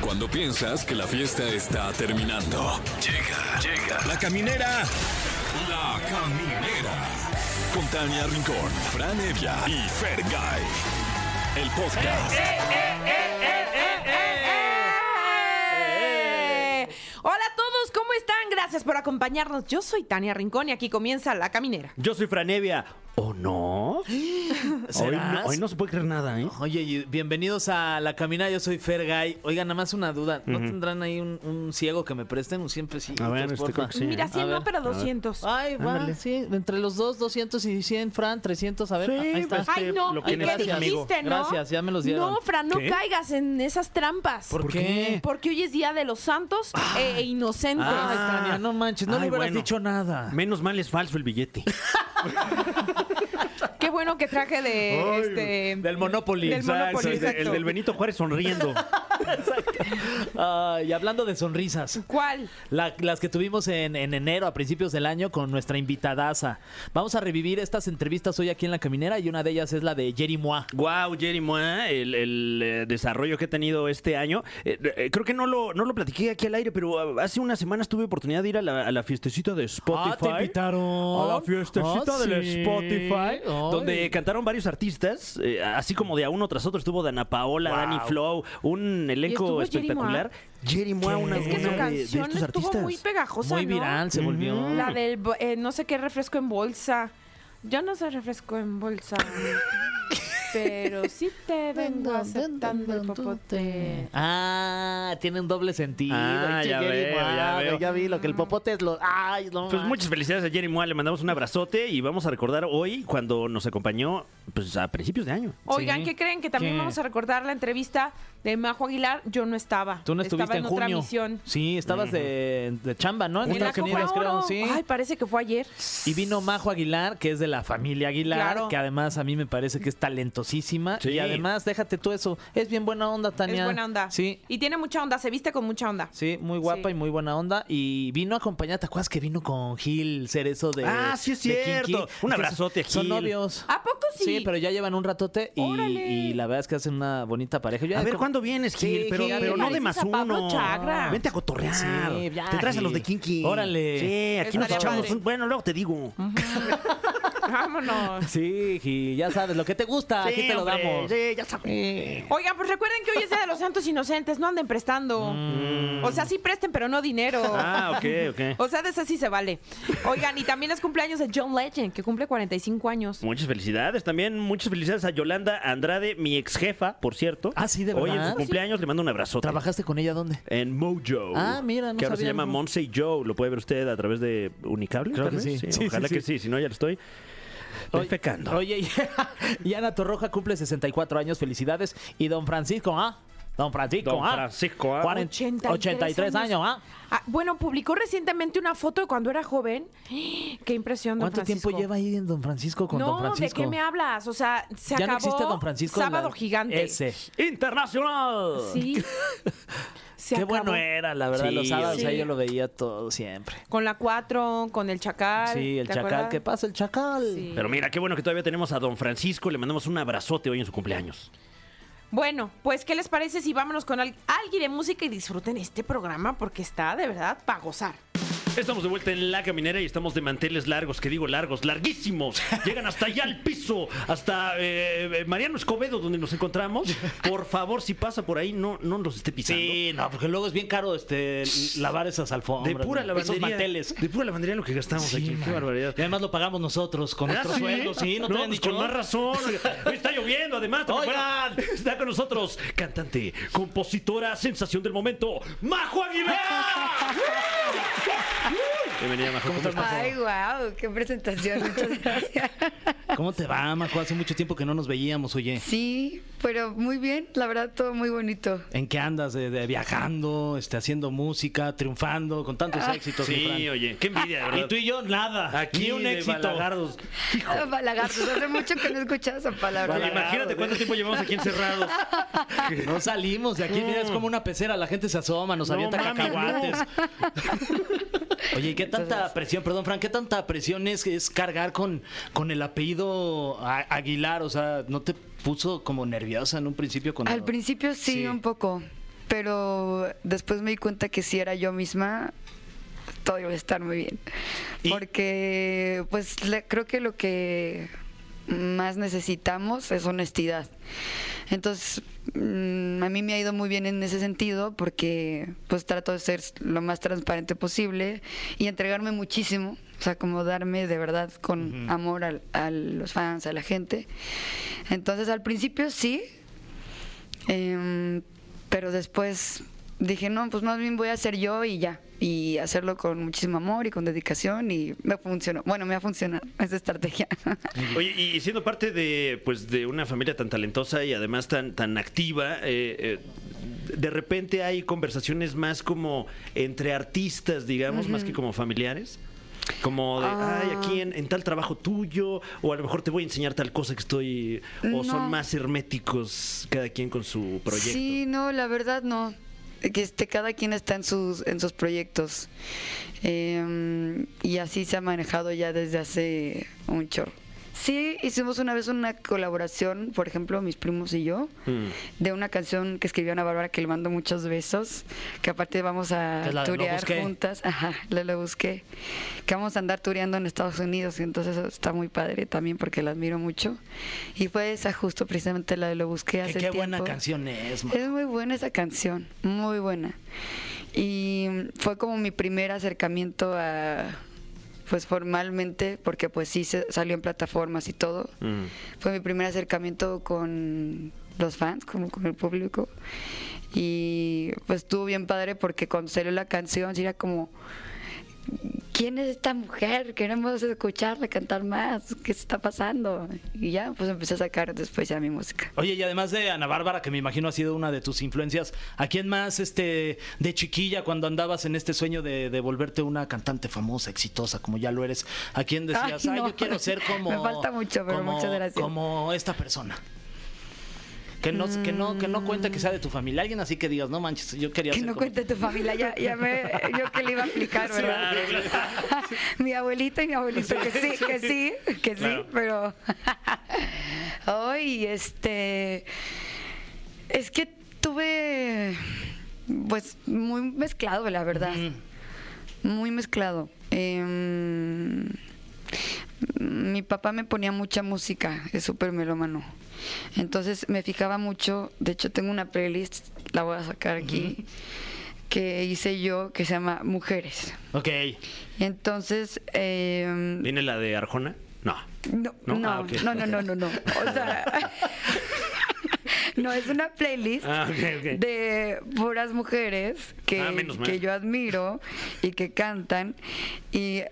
Cuando piensas que la fiesta está terminando. Llega, llega. La caminera. La caminera. Con Tania Rincón, Fran Evia y Fer El podcast. ¡Eh! Hola a todos, ¿cómo están? Gracias por acompañarnos. Yo soy Tania Rincón y aquí comienza La Caminera. Yo soy Franevia. ¿O no? Hoy no, ¿Serás? hoy no se puede creer nada, ¿eh? Oye, y bienvenidos a La Camina, yo soy Fergay. Oigan, nada más una duda. ¿No tendrán ahí un, un ciego que me presten? Un siempre sí. A ver, este, creo que sí. Mira, A 100 no, ver, Ah, pero 200. Ay, va, Ándale. sí. Entre los dos, 200 y 100, Fran, 300. A ver, Sí, ahí está. pues, Ay, no, lo ¿y que qué necesitas, dijiste, amigo. no? Gracias, ya me los dieron. No, Fran, no ¿Qué? caigas en esas trampas. ¿Por qué? Porque hoy es Día de los Santos e Inocentes. Ay, Tania, no manches, no Ah. Ay, me hubieras bueno. dicho nada. Menos mal es falso el billete. Qué bueno que traje de Ay, este... del Monopoly. Del Monopoly, el, de- exacto. el del Benito Juárez sonriendo. Ay, y hablando de sonrisas. ¿Cuál? La- las que tuvimos en, en enero, a principios del año, con nuestra invitadaza. Vamos a revivir estas entrevistas hoy aquí en La Caminera y una de ellas es la de Jerry Moa. Wow, Jerry Moa, el, el, eh, desarrollo que he tenido este año. Eh, eh, creo que no lo, no lo platiqué aquí al aire, pero ah, hace unas semanas tuve oportunidad de ir a la, a la fiestecita de Spotify. Ah, te invitaron. A la fiestecita Ah, del sí. Spotify, Ay. donde cantaron varios artistas, eh, así como de a uno tras otro. Estuvo Dana Paola, Wow. Danny Flow, un estuvo elenco Jerry Moa? espectacular. Jerry Moa, una, Es que una su de- de, canción estos estuvo artistas. muy pegajosa, Muy ¿no? viral se volvió. La del bo- eh, no sé qué refresco en bolsa. Yo no sé refresco en bolsa. pero sí te vengo aceptando el popote. Ah, tiene un doble sentido. Ah, Che, ya Jerry veo, Moa, ya güey, veo. vi lo que el popote es lo. Ay, no. Pues manches. muchas felicidades a Jerry Moa, le mandamos un abrazote y vamos a recordar hoy cuando nos acompañó pues a principios de año. Oigan, Sí. ¿qué creen? Que también ¿Qué? vamos a recordar la entrevista de Majo Aguilar. Yo no estaba. Tú no estuviste estaba en, en, otra junio. misión. Sí, estabas de, de chamba, ¿no? En la Estados Copa Unidos, creo, Oro. sí. Ay, parece que fue ayer. Y vino Majo Aguilar, que es de la familia Aguilar, Claro. que además a mí me parece que es talentosísima. Sí. Y además, déjate tú eso, es bien buena onda, Tania. Es buena onda. Sí, Y tiene mucha onda, se viste con mucha onda. sí, muy guapa Sí. y muy buena onda. Y vino acompañada, ¿te acuerdas que vino con Gil Cerezo de Ah, sí es de cierto. Kinky? Un Es que abrazote a Son Gil. Ah, novios. ¿A poco sí? Sí, pero ya llevan un ratote y, Órale. y la verdad es que hacen una bonita pareja. Yo ya A ver como- cuándo vienes, Gil, Sí, pero, Gil, pero no de pareces más a Pablo uno. Chagra. Vente a cotorrear. Sí, ya, te traes a los de Gil. Kinky. Órale. Sí, aquí nos Estaría echamos padre. un. Bueno, luego te digo. Vámonos. Sí, Gil, ya sabes, lo que te gusta, Sí, aquí te lo hombre, damos. Sí, ya Este. sabes. Oigan, pues recuerden que hoy es Día de los Santos Inocentes, no anden prestando. O sea, sí presten, pero no dinero. Mm. Ah, ok, ok. O sea, de ese sí se vale. Oigan, y también es cumpleaños de John Legend, que cumple 45 años. Muchas felicidades también, muchas felicidades a Yolanda Andrade, mi ex jefa, por cierto. Ah, sí, de Hoy en verdad. su cumpleaños le mando un abrazote. ¿Trabajaste con ella dónde? En Mojo. Ah, mira, no Que ahora se sabía. llama Monse y Joe. Lo puede ver usted a través de Unicable. Creo tal que vez? sí. Sí, ojalá sí, que sí. sí. Si no, ya lo estoy defecando. Oye, y, y Ana Torroja cumple 64 años, felicidades. Y don Francisco, ¿ah? Don Francisco, Don ¿ah? Francisco, ¿ah? 40 83 83 años, ¿ah? Ah, bueno, publicó recientemente una foto de cuando era joven. Qué impresión, don ¿Cuánto Francisco. tiempo lleva ahí en don Francisco con no, don Francisco? ¿de qué me hablas? O sea, se ya no acabó existe don Francisco. Sábado la- Gigante. Ese. ¡Internacional! Sí. Se qué acabó. bueno era, la verdad, Sí, los sábados. sí. ahí yo lo veía todo siempre. Con la 4, con el Chacal. Sí, el ¿te chacal. acuerdas? ¿Qué pasa, el chacal? Sí. Pero mira, qué bueno que todavía tenemos a don Francisco. Le mandamos un abrazote hoy en su cumpleaños. Bueno, pues, ¿qué les parece si vámonos con al- alguien de música y disfruten este programa? Porque está de verdad para gozar. Estamos de vuelta en La Caminera y estamos de manteles largos, que digo largos, larguísimos. Llegan hasta allá al piso, hasta eh, eh, Mariano Escobedo, donde nos encontramos. Por favor, si pasa por ahí, no, no nos esté pisando. Sí, no, porque luego es bien caro este lavar esas alfombras. De pura ¿no? lavandería. Esos manteles. De pura lavandería lo que gastamos Sí, aquí. Qué man. barbaridad. ¿Ah, Y además lo pagamos nosotros con nuestro ¿sí? sueldo, sí, no te habían pues dicho. Con más razón. Hoy está lloviendo, además. ¿te Oigan. recuerdas? Está con nosotros cantante, compositora, sensación del momento, Majo Aguilar. Bienvenida, Majo. ¿Cómo estás? Ay, wow, qué presentación, muchas gracias. ¿Cómo te va, Majo? Hace mucho tiempo que no nos veíamos, oye. Sí, pero muy bien, la verdad, todo muy bonito. ¿En qué andas? De, de- viajando, este, haciendo música, triunfando, con tantos éxitos. mi Sí, Fran. oye, qué envidia, de verdad. Y tú y yo, nada. Aquí ni un de éxito. balagardos. Ah, Balagartos, hace mucho que no escuchaba esa palabra. Balagardos. Imagínate cuánto tiempo llevamos aquí encerrados. No salimos de aquí, mira, es como una pecera, la gente se asoma, nos No avienta mames, cacahuates. Oye, ¿y ¿qué tanta Entonces- presión, perdón, Fran, qué tanta presión es, es cargar con, con el apellido A- Aguilar? O sea, ¿no te puso como nerviosa en un principio cuando... Al principio sí, Sí. un poco. pero después me di cuenta que si era yo misma, todo iba a estar muy bien. ¿Y? Porque, pues, le- creo que lo que más necesitamos es honestidad. Entonces, mm, a mí me ha ido muy bien en ese sentido porque, pues, trato de ser lo más transparente posible y entregarme muchísimo. O sea, como darme de verdad con amor al- a los fans, a la gente. Entonces, al principio sí, Em, pero después dije, no, pues más bien voy a hacer yo y ya. Y hacerlo con muchísimo amor y con dedicación y me funcionó. Bueno, me ha funcionado esa estrategia. Oye, y siendo parte de, pues, de una familia tan talentosa y además tan, tan activa, eh, eh, de repente hay conversaciones más como entre artistas, digamos, más que como familiares. Como de, Ah. ay, aquí en, en tal trabajo tuyo, o a lo mejor te voy a enseñar tal cosa que estoy. O son No. más herméticos cada quien con su proyecto. Sí, no, la verdad no. Que este, cada quien está en sus, en sus proyectos. Em, y así se ha manejado ya desde hace un chorro. Sí, hicimos una vez una colaboración, por ejemplo, mis primos y yo, Mm. de una canción que escribió Ana Bárbara que le mando muchos besos, que aparte vamos a Que es la de Lo turear Busqué. juntas. Ajá, la lo busqué. Que vamos a andar tureando en Estados Unidos, y entonces eso está muy padre también porque la admiro mucho. Y fue esa justo precisamente la de Lo Busqué Que hace qué tiempo. buena canción es, man. Es muy buena esa canción, muy buena. Y mm, fue como mi primer acercamiento a pues formalmente, porque pues sí se- salió en plataformas y todo. Mm. Fue mi primer acercamiento con los fans, como con el público. Y pues estuvo bien padre porque cuando salió la canción sí era como ¿Quién es esta mujer? Queremos escucharla cantar más. ¿Qué está pasando? Y ya, pues empecé a sacar después ya mi música. Oye, y además de Ana Bárbara, que me imagino ha sido una de tus influencias, ¿a quién más este, de chiquilla cuando andabas en este sueño de, de volverte una cantante famosa, exitosa, como ya lo eres? ¿A quién decías, Ay, ay, no. yo quiero ser como. Me falta mucho, pero como- muchas gracias. Como esta persona. Que no, que, no, que no cuenta que sea de tu familia. Alguien así que digas, no manches, yo quería Que ser no como- cuente tu familia, ya, ya me, eh, yo que le iba a aplicar, ¿verdad? mi abuelita y mi abuelito, que sí, que sí, que Claro. sí, pero. Hoy, este. Es que tuve. Pues muy mezclado, la verdad. Muy mezclado. Em, mi papá me ponía mucha música, es súper melómano. Entonces me fijaba mucho, de hecho tengo una playlist, la voy a sacar aquí, que hice yo, que se llama Mujeres. Ok. Y entonces... em, ¿Viene la de Arjona? No. no, ¿No? no, Ah, ok. no, no, no, no, no. O sea, no, es una playlist Ah, ok, ok. de puras mujeres que, Ah, menos mal. que yo admiro y que cantan. Y,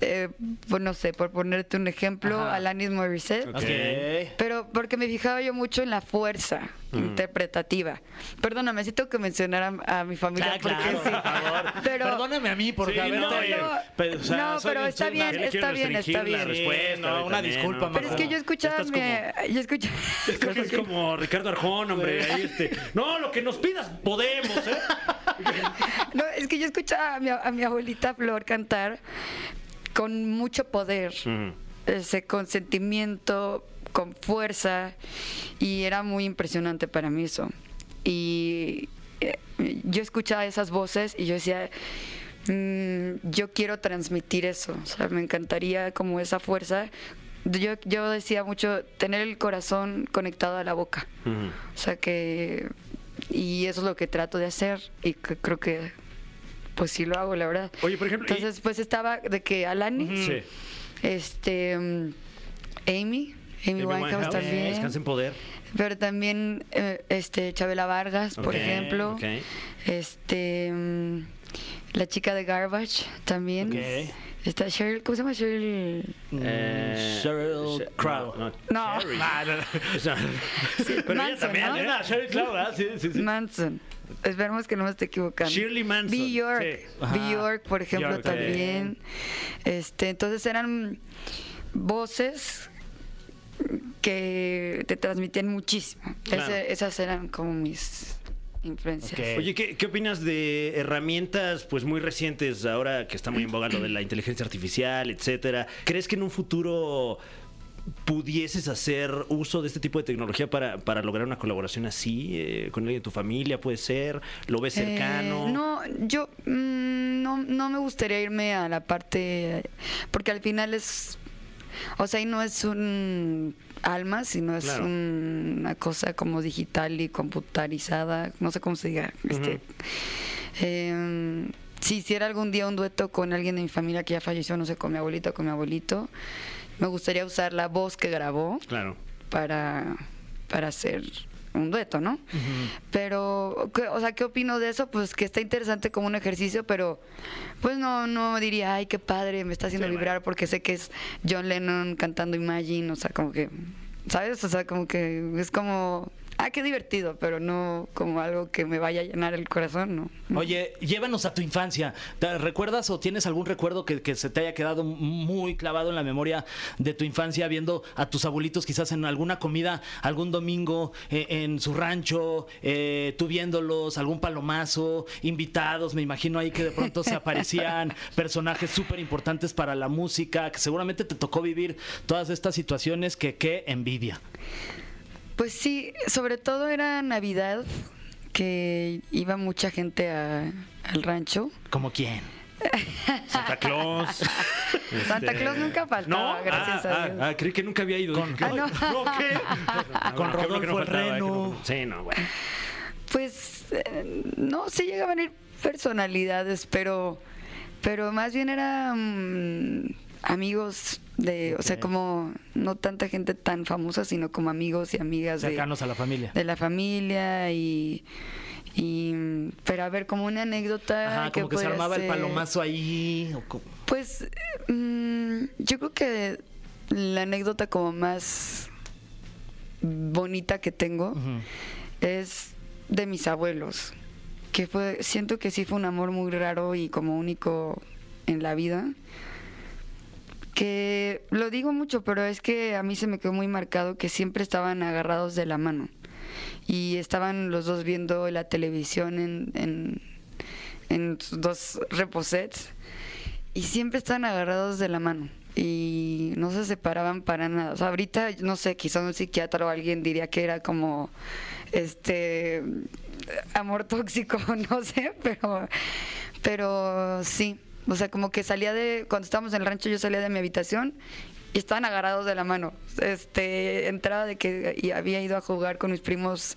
eh, pues, no sé, por ponerte un ejemplo, Ajá. Alanis Morissette. Ok. Pero porque me fijaba yo mucho en la fuerza Mm. interpretativa. Perdóname, sí tengo que mencionar a, a mi familia. Ah, porque claro, sí. por favor. Pero, Perdóname a mí por Sí, haberte... no, no. pero, o sea, No, soy pero un está ser bien, le está quiero bien, restringir está La bien. respuesta, Sí, no, güey, una también, disculpa, ¿no? Pero es que yo escuchaba. Estás como- mi- Yo escuchaba. Creo que es como Ricardo Arjón, hombre. Ahí este. No, lo que nos pidas podemos, ¿eh? No, es que yo escuchaba a mi, a mi abuelita Flor cantar con mucho poder, ese consentimiento, con fuerza, y era muy impresionante para mí eso. Y eh, yo escuchaba esas voces y yo decía, "Mm, yo quiero transmitir eso, o sea, me encantaría como esa fuerza. Yo, yo decía mucho, tener el corazón conectado a la boca. O sea que. Y eso es lo que trato de hacer. Y c- creo que. Pues sí lo hago, la verdad. Oye, por ejemplo, y- Entonces, pues estaba de que Alani. Sí. Este. mm, Amy. Amy, Amy Winehouse, Winehouse, Eh, también. Descansa en poder. Pero también. eh, este. Chabela Vargas, por Ok, ejemplo. ok. Este. mm, la chica de Garbage también. Ok. Está Cheryl. ¿Cómo se llama Cheryl? Eh, Sheryl Crow. No. Mm, No. Sheryl. O sea, pero ella Manson, también, ¿no? ¿eh? Ah, Sheryl Crow, ¿verdad? Sí, sí, sí. Manson. Esperemos que no me esté equivocando. Shirley Manson, B. York. sí. Ajá. B. York, por ejemplo, York, también. Este, entonces eran voces que te transmitían muchísimo. Ese- Claro. esas eran como mis influencias. Ok. Oye, ¿qué, qué opinas de herramientas pues muy recientes ahora que está muy en boga lo de la inteligencia artificial, etcétera? ¿Crees que en un futuro pudieses hacer uso de este tipo de tecnología para, para lograr una colaboración así eh, con alguien de tu familia? ¿Puede ser? ¿Lo ves Eh, cercano? no, yo mm, no, no me gustaría irme a la parte, porque al final es, o sea, y no es un alma, sino es Claro. un- una cosa como digital y computarizada, no sé cómo se diga. este, em, si hiciera algún día un dueto con alguien de mi familia que ya falleció, no sé, con mi abuelita o con mi abuelito, me gustaría usar la voz que grabó Claro. para, para hacer un dueto, ¿no? Pero, ¿qué- o sea, ¿qué opino de eso? Pues que está interesante como un ejercicio, pero pues no, no diría, ay, qué padre, me está haciendo vibrar porque sé que es John Lennon cantando Imagine, o sea, como que, ¿sabes? O sea, como que es como, ah, qué divertido, pero no como algo que me vaya a llenar el corazón, ¿no? Oye, llévanos a tu infancia. ¿Te recuerdas o tienes algún recuerdo que, que se te haya quedado muy clavado en la memoria de tu infancia viendo a tus abuelitos quizás en alguna comida, algún domingo eh, en su rancho, eh, tú viéndolos, algún palomazo, invitados, me imagino ahí que de pronto se aparecían personajes súper importantes para la música, que seguramente te tocó vivir todas estas situaciones que qué envidia. Pues sí, sobre todo era Navidad, que iba mucha gente a- al rancho. ¿Como quién? Santa Claus. Santa Este, Claus nunca faltaba, ¿No? gracias Ah, a Dios. ah, ah, creí que nunca había ido. Dije, Ah, ¿qué? no. ¿qué? Con qué bueno que Rodolfo el faltaba, Reno. que no- Sí, no, bueno. Pues eh, no, sí llegaban a ir personalidades, pero, pero más bien eran mm, amigos de, o sea, como no tanta gente tan famosa, sino como amigos y amigas de, Cercanos a la familia. de la familia y, y, mm, pero a ver, como una anécdota. Ajá, como que se podría armaba el ser. palomazo ahí. o co- Pues mm, yo creo que la anécdota como más bonita que tengo es de mis abuelos, que fue, siento que sí fue un amor muy raro y como único en la vida. Que lo digo mucho, pero es que a mí se me quedó muy marcado que siempre estaban agarrados de la mano y estaban los dos viendo la televisión en, en, en sus dos reposets y siempre estaban agarrados de la mano y no se separaban para nada. O sea, ahorita, no sé, quizá un psiquiatra o alguien diría que era como este amor tóxico, no sé, pero, pero sí. O sea, como que salía de, cuando estábamos en el rancho, yo salía de mi habitación y estaban agarrados de la mano. Este, entraba de que y había ido a jugar con mis primos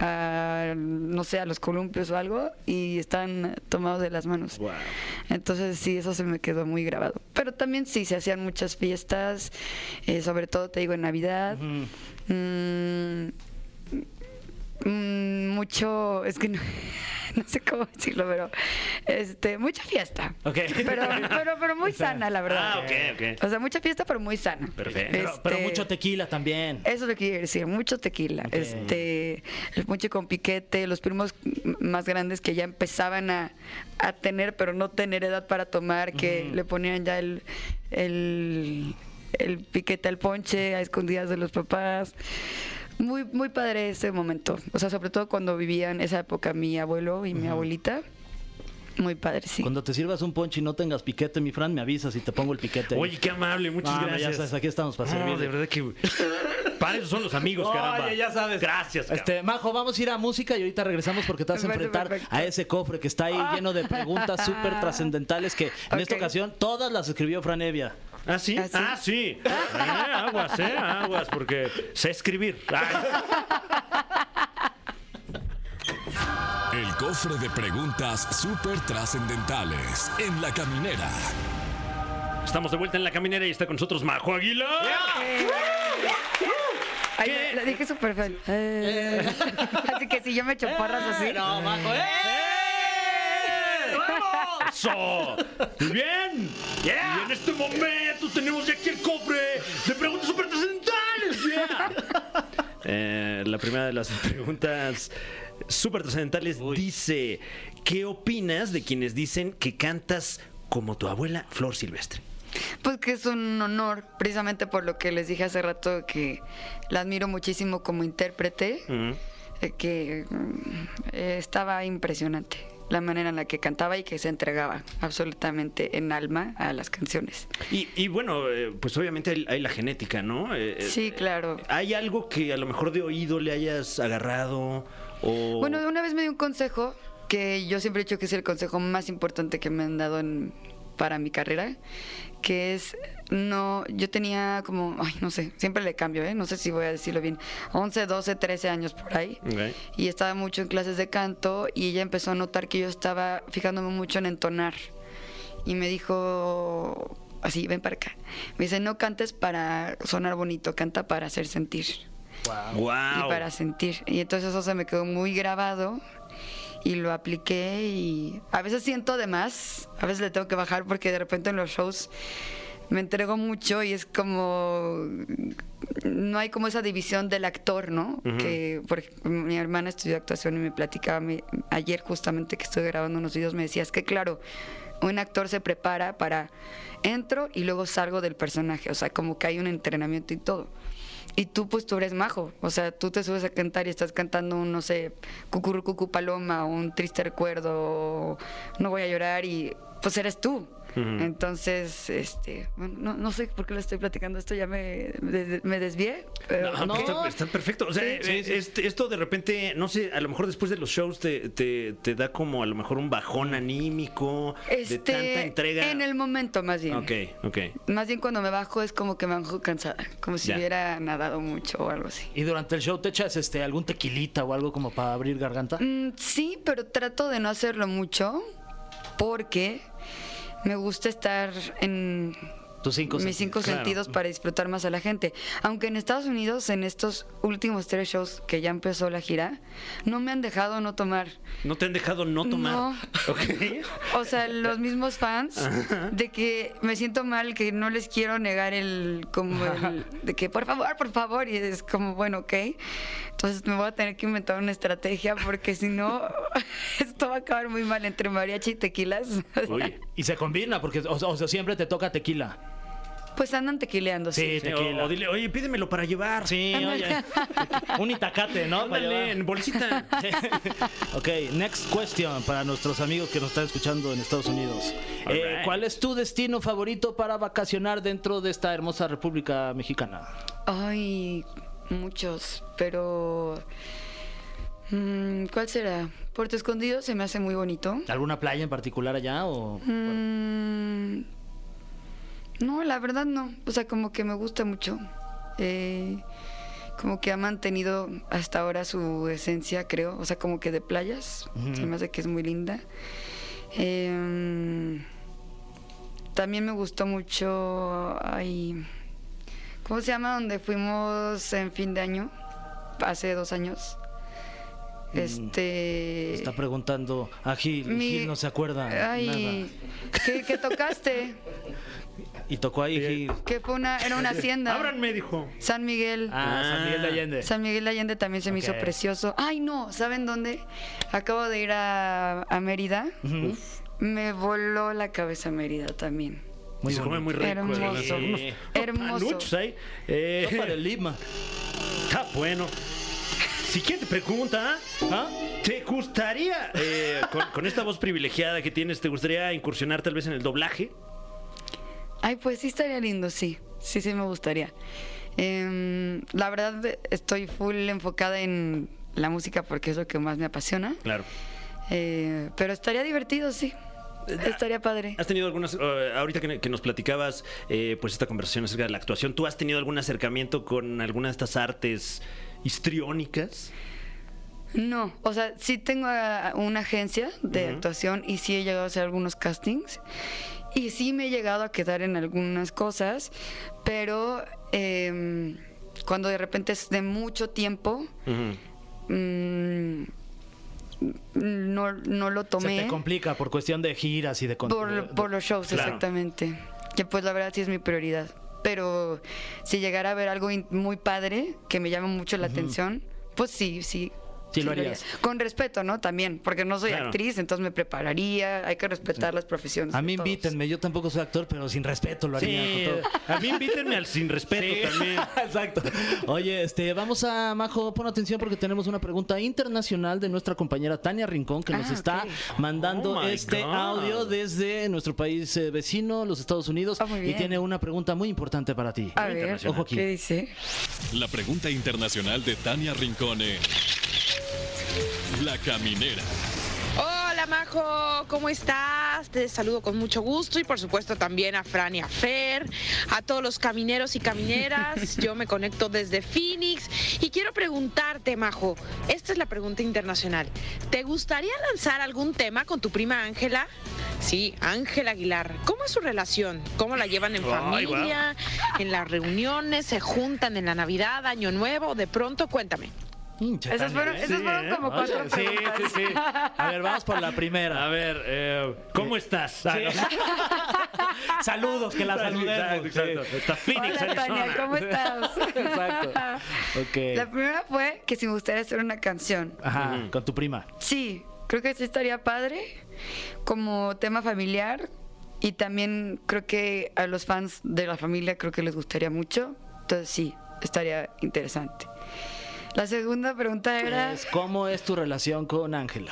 a, no sé, a los columpios o algo y estaban tomados de las manos. Entonces sí, eso se me quedó muy grabado. Pero también sí, se hacían muchas fiestas, eh, sobre todo te digo en Navidad. Mm, mm, mucho, es que no, no sé cómo decirlo, pero este, mucha fiesta. Ok. Pero, pero, pero muy sana, la verdad. Ah, ok, ok. O sea, mucha fiesta, pero muy sana. Perfecto. Pero, pero Este, eh, mucho tequila también. eso es lo que quiero decir, mucho tequila. Este, el ponche con piquete, los primos m- más grandes que ya empezaban a, a tener, pero no tener edad para tomar, que le ponían ya el, el, el piquete al ponche a escondidas de los papás. Muy, muy padre ese momento. O sea, sobre todo cuando vivían esa época mi abuelo y mi abuelita. Muy padre, sí. Cuando te sirvas un ponche y no tengas piquete, mi Fran, me avisas y te pongo el piquete. ahí. Oye, qué amable, muchas No, hombre, gracias. ya sabes, aquí estamos para No, servir. de verdad que. Para eso son los amigos, caramba. Oye, ya sabes. Gracias, Este, Majo, vamos a ir a música y ahorita regresamos porque te vas a Me parece enfrentar perfecto. Ah. a ese cofre que está ahí lleno de preguntas súper trascendentales que en esta Ok. ocasión todas las escribió Fran Evia. ¿Ah, sí? Ah, sí. Ah, sí. Eh, aguas, eh, aguas, porque sé escribir. Ah, El cofre de preguntas súper trascendentales en la caminera. estamos de vuelta en la caminera y está con nosotros Majo Aguilar. Ay, ¿Qué? la dije súper feliz. así que si yo me echo porras así. Eh, Majo, ¿eh? ¡Eso! Muy bien. Y en este momento tenemos ya aquí el cofre de preguntas super trascendentales. yeah. Eh, la primera de las preguntas super trascendentales dice: ¿Qué opinas de quienes dicen que cantas como tu abuela Flor Silvestre? Pues que es un honor, precisamente por lo que les dije hace rato, que la admiro muchísimo como intérprete, eh, que mm, eh, estaba impresionante. la manera en la que cantaba y que se entregaba absolutamente en alma a las canciones. Y, y bueno, eh, pues obviamente hay, hay la genética, ¿no? Eh, eh, Sí, claro. ¿Hay algo que a lo mejor de oído le hayas agarrado? O... Bueno, una vez me dio un consejo que yo siempre he dicho que es el consejo más importante que me han dado en- para mi carrera, que es no, yo tenía como, ay, no sé, siempre le cambio, ¿eh? no sé si voy a decirlo bien, 11, 12, 13 años por ahí. Ok. Y estaba mucho en clases de canto y ella empezó a notar que yo estaba fijándome mucho en entonar. Y me dijo, así, ven para acá. Me dice, no cantes para sonar bonito, canta para hacer sentir Guau. y para sentir. Y entonces eso se me quedó muy grabado y lo apliqué y a veces siento de más, a veces le tengo que bajar porque de repente en los shows me entrego mucho y es como no hay como esa división del actor, ¿no? Que por ej- mi hermana estudió actuación y me platicaba mi- ayer justamente que estoy grabando unos videos me decía, es que claro, un actor se prepara para entro y luego salgo del personaje, o sea, como que hay un entrenamiento y todo. Y tú, pues tú eres majo. O sea, tú te subes a cantar y estás cantando un, no sé, cucurrucucu paloma, un triste recuerdo, o no voy a llorar, y pues eres tú. Entonces, este, bueno, no, no sé por qué lo estoy platicando esto, ya me, de- me desvié. pero- No, pues Está, está perfecto. O sea, Sí. eh, Sí, sí. este- esto de repente, no sé, a lo mejor después de los shows te, te- te da como a lo mejor un bajón anímico de Este, tanta entrega. En el momento, más bien. Ok, ok. Más bien cuando me bajo es como que me bajo cansada, como si Ya. hubiera nadado mucho o algo así. ¿Y durante el show te echas este algún tequilita o algo como para abrir garganta? Mm, sí, pero trato de no hacerlo mucho porque me gusta estar en Tus cinco mis cinco sentidos. sentidos para disfrutar más a la gente. Aunque en Estados Unidos, en estos últimos tres shows que ya empezó la gira, no me han dejado no tomar. No te han dejado no tomar. No. Ok. O sea, los mismos fans de que me siento mal, que no les quiero negar el, como el, de que por favor, por favor, y es como, bueno, ok. Entonces me voy a tener que inventar una estrategia porque si no, esto va a acabar muy mal entre mariachi y tequilas. Uy. Y se combina porque o, o sea, siempre te toca tequila. Pues andan tequileando, Sí, Sí, o, tequila. Este, o dile, oye, pídemelo para llevar. Sí, oye. Un itacate, ¿no? Para Ándale, llevar. en bolsita. Sí. Ok, next question para nuestros amigos que nos están escuchando en Estados Unidos. All Eh, right. ¿Cuál es tu destino favorito para vacacionar dentro de esta hermosa República Mexicana? Ay, muchos, pero... mm, ¿Cuál será? Puerto Escondido se me hace muy bonito. ¿Alguna playa en particular allá o Mm, no, la verdad no. O sea, como que me gusta mucho. Eh, como que ha mantenido hasta ahora su esencia, creo. O sea, como que de playas. Se me hace que es muy linda. Eh, también me gustó mucho. ay, ¿Cómo se llama? Donde fuimos en fin de año. Hace dos años. Este. está preguntando a Gil? y Mi- Gil no se acuerda Ay, ¿qué, qué tocaste? nada. Y tocó ahí Gil. que fue una, era una hacienda. Ábranme, dijo. San Miguel. Ah, San Miguel de Allende. San Miguel de Allende también se me Ok. hizo precioso. Ay, no, ¿saben dónde? Acabo de ir a, a Mérida. Me voló la cabeza Mérida también. Muy se come bonito. muy rico. Hermoso. Sí. Unos- unos Hermoso. panuchos ahí. Eh, Topa de Lima. Está bueno. Si quien te pregunta, ¿Ah? ¿te gustaría, eh, con, con esta voz privilegiada que tienes, ¿te gustaría incursionar tal vez en el doblaje? Ay, pues sí estaría lindo, sí. Sí, sí me gustaría. Em, la verdad, estoy full enfocada en la música porque es lo que más me apasiona. Claro. Eh, pero estaría divertido, sí. Estaría padre. ¿Has tenido algunas, eh, ahorita que, que nos platicabas, eh, pues esta conversación acerca de la actuación, ¿tú has tenido algún acercamiento con alguna de estas artes histriónicas? No, o sea, sí tengo a- a una agencia de actuación y sí he llegado a hacer algunos castings y sí me he llegado a quedar en algunas cosas, pero em, cuando de repente es de mucho tiempo, mm, no, no lo tomé Se te complica por cuestión de giras y de con- por, por los shows, Claro. exactamente. Que pues la verdad sí es mi prioridad. Pero si llegara a ver algo in- muy padre que me llame mucho la atención, pues sí, sí, Sí, lo harías. Con respeto, ¿no? También, porque no soy Claro. actriz, entonces me prepararía, hay que respetar las profesiones. A de mí todos. invítenme, yo tampoco soy actor, pero sin respeto lo haría. Sí, eh. con todo. a mí invítenme al sin respeto también. Exacto. Oye, este, vamos a Majo, pon atención porque tenemos una pregunta internacional de nuestra compañera Tania Rincón que nos Ah, está ok. mandando Oh, my este God. audio desde nuestro país eh, vecino, los Estados Unidos, Ah, muy y bien. tiene una pregunta muy importante para ti. A ver, Ojo aquí. ¿qué dice? La pregunta internacional de Tania Rincone. La caminera. Hola Majo, ¿cómo estás? Te saludo con mucho gusto y por supuesto también a Fran y a Fer, a todos los camineros y camineras. Yo me conecto desde Phoenix y quiero preguntarte, Majo, esta es la pregunta internacional. ¿Te gustaría lanzar algún tema con tu prima Ángela? Sí, Ángela Aguilar. ¿Cómo es su relación? ¿Cómo la llevan en Ay, guau. familia? ¿En las reuniones? ¿Se juntan en la Navidad, Año Nuevo? De pronto, cuéntame. Hincha, Esas Tania. fueron, esas fueron como ¿eh? Oye, cuatro sí, preguntas. sí, sí. A ver, vamos por la primera. A ver, eh, ¿cómo estás? Ah, no. Saludos, que la Exacto, saludemos. exacto. Sí. Está Phoenix, Hola Tania, Arizona. ¿cómo estás? Exacto. Ok. La primera fue que si me gustaría hacer una canción. Ajá, con tu prima. Sí, creo que sí estaría padre como tema familiar y también creo que a los fans de la familia creo que les gustaría mucho. Entonces sí, estaría interesante. La segunda pregunta era Es, ¿Cómo es tu relación con Ángela?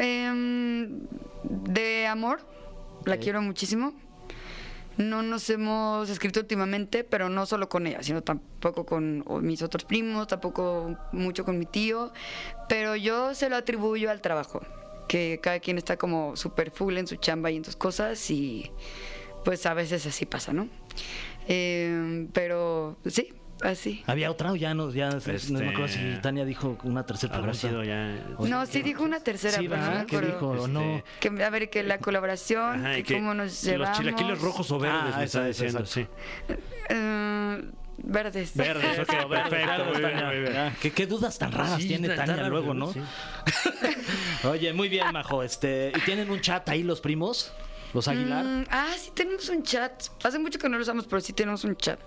em, de amor. La quiero muchísimo. No nos hemos escrito últimamente, pero no solo con ella, sino tampoco con o mis otros primos, tampoco mucho con mi tío. Pero yo se lo atribuyo al trabajo, que cada quien está como super full en su chamba y en sus cosas y pues a veces así pasa, ¿no? Em, pero sí, así. ¿Había otra o ya no? Ya, se- No me acuerdo Este- si Tania dijo una tercera Habrá pregunta. sido ya. eh, No, sí dijo una tercera, Sí, pero no me ¿verdad? ¿Qué acuerdo. dijo? ¿O no? Este, Que, a ver, que la colaboración, ajá, y que que cómo nos llevamos. Los chilaquiles rojos o verdes, Ah, me está exacto, diciendo, sí. exacto. Eh, verdes. Verdes, ok, perfecto, muy bien, muy bien. Ah, ¿Qué, qué dudas tan raras Sí, tiene tan- Tania tan luego, raro, ¿no? sí. Oye, muy bien, Majo. Este, ¿Y tienen un chat ahí los primos? ¿Los Aguilar? Mm, ah, sí tenemos un chat. Hace mucho que no lo usamos, pero sí tenemos un chat.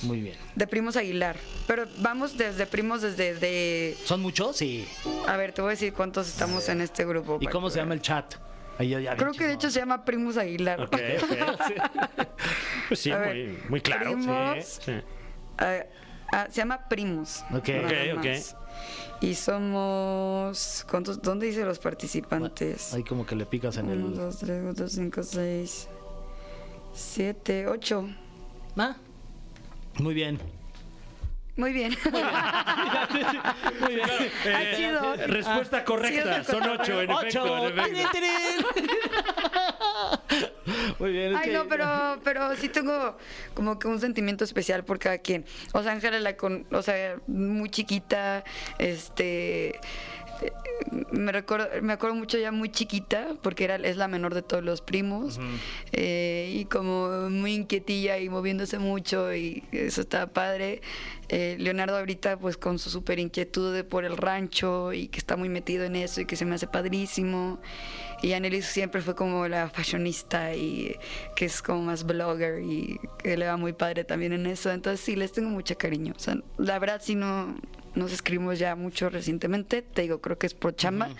Mm. Muy bien. De primos Aguilar. Pero vamos desde primos desde de. ¿Son muchos? Sí. A ver, te voy a decir cuántos estamos en este grupo. ¿Y para cómo que se llama el veas. chat? Ahí ya- ya Creo bien que de hecho chingón. se llama Primos Aguilar. Ok, ok. sí. Pues sí, A muy, ver, muy claro. sí, primos. sí. Ah, ah, se llama Primos. Ok. nada Ok, ok. más. Y somos. ¿Cuántos? ¿Dónde dice los participantes? Ahí como que le picas en Uno, el. dos, tres, cuatro, cinco, seis, siete, ocho. Ah. Muy bien. Muy bien. Muy bien. Ah, chido. Eh, Respuesta correcta, Sí, es la son ocho, en efecto. en efecto. Muy bien. es Ay, que- no, pero, pero sí tengo como que un sentimiento especial por cada quien. O sea, Ángela, la con, o sea, muy chiquita, este... eh, Me, recuerdo, me acuerdo mucho ya muy chiquita, porque era, es la menor de todos los primos, eh, y como muy inquietilla y moviéndose mucho, y eso estaba padre. Eh, Leonardo ahorita pues con su super inquietud de por el rancho y que está muy metido en eso y que se me hace padrísimo. Y Annelies siempre fue como la fashionista y que es como más blogger y que le va muy padre también en eso. Entonces sí, les tengo mucho cariño. O sea, la verdad sí no nos escribimos ya mucho recientemente. Te digo, creo que es por chamba,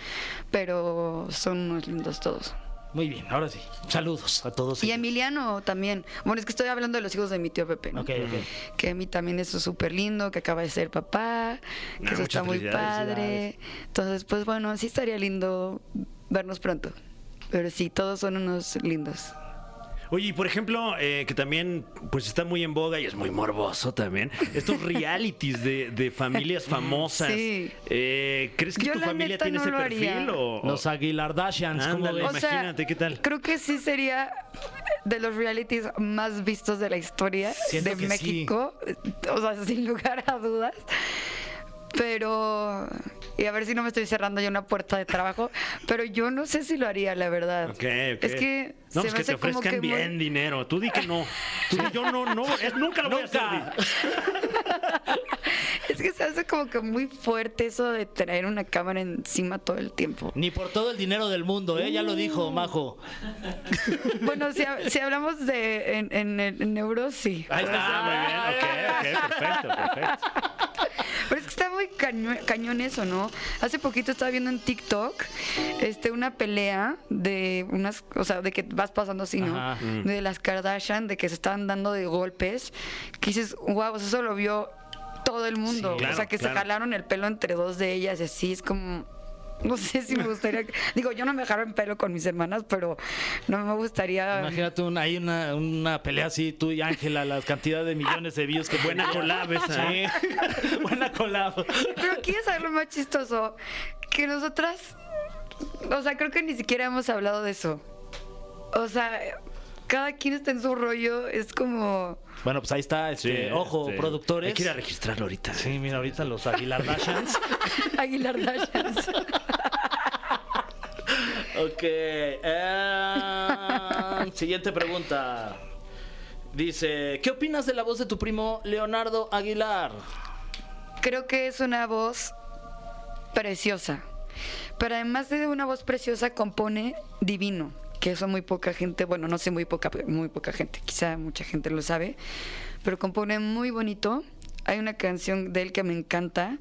pero son unos lindos todos. Muy bien, ahora sí. Saludos a todos. Y Emiliano también. Bueno, es que estoy hablando de los hijos de mi tío Pepe. ¿no? Ok, ok. que a mí también eso es súper lindo, que acaba de ser papá, que Ah, eso muchas está muy felicidades. padre. Entonces, pues bueno, sí estaría lindo vernos pronto. Pero sí, todos son unos lindos. Oye, y por ejemplo, eh, que también pues está muy en boga y es muy morboso también, estos realities de, de familias famosas. Sí. Eh, ¿Crees que Yo, tu la familia neta, tiene no ese lo haría. perfil? O, o- Los Aguilardashians, ¿cómo Ándale. ves? O sea, Imagínate, ¿qué tal? Creo que sí sería de los realities más vistos de la historia Siento que de México, o sea, sin lugar a dudas. Pero, y a ver si no me estoy cerrando yo una puerta de trabajo, pero yo no sé si lo haría, la verdad. Ok, ok. Es que No, se pues me que te hace como ofrezcan que muy- bien dinero. Tú di que no. Tú di, yo no, no. es- nunca lo voy a hacer. di. Es que se hace como que muy fuerte eso de traer una cámara encima todo el tiempo. Ni por todo el dinero del mundo, ¿eh? Ya lo Uh. dijo Majo. Bueno, si, ha- si hablamos de en, en, en euros, sí. Ahí está, muy bien. Ok, ok, perfecto, perfecto. Pero es que está muy muy caño- cañón eso, ¿no? Hace poquito estaba viendo en TikTok este, una pelea de unas, o sea, de que vas pasando así, ¿no? Ajá. Mm. De las Kardashian, de que se estaban dando de golpes, que dices, wow, eso lo vio todo el mundo. Sí, claro, o sea, que claro. se jalaron el pelo entre dos de ellas y así es como... No sé si me gustaría... que- Digo, yo no me jalo en pelo con mis hermanas, pero no me gustaría... Imagínate, un- hay una, una pelea así, tú y Ángela, la cantidad de millones de views que Buena collab esa, ¿eh? Sí. Buena collab. Pero ¿quieres saber lo más chistoso? Que nosotras, o sea, creo que ni siquiera hemos hablado de eso. O sea, cada quien está en su rollo, es como... Bueno, pues ahí está, este, Sí, ojo, este, productores. Hay que ir a registrarlo ahorita. ¿eh? Sí, mira, ahorita los Aguilar Dashans. Aguilar Dashans. Ok. eh, siguiente pregunta. Dice, ¿qué opinas de la voz de tu primo Leonardo Aguilar? Creo que es una voz preciosa. Pero además de una voz preciosa, compone divino. Que eso muy poca gente, bueno, no sé muy poca, muy poca gente, quizá mucha gente lo sabe. Pero compone muy bonito. Hay una canción de él que me encanta,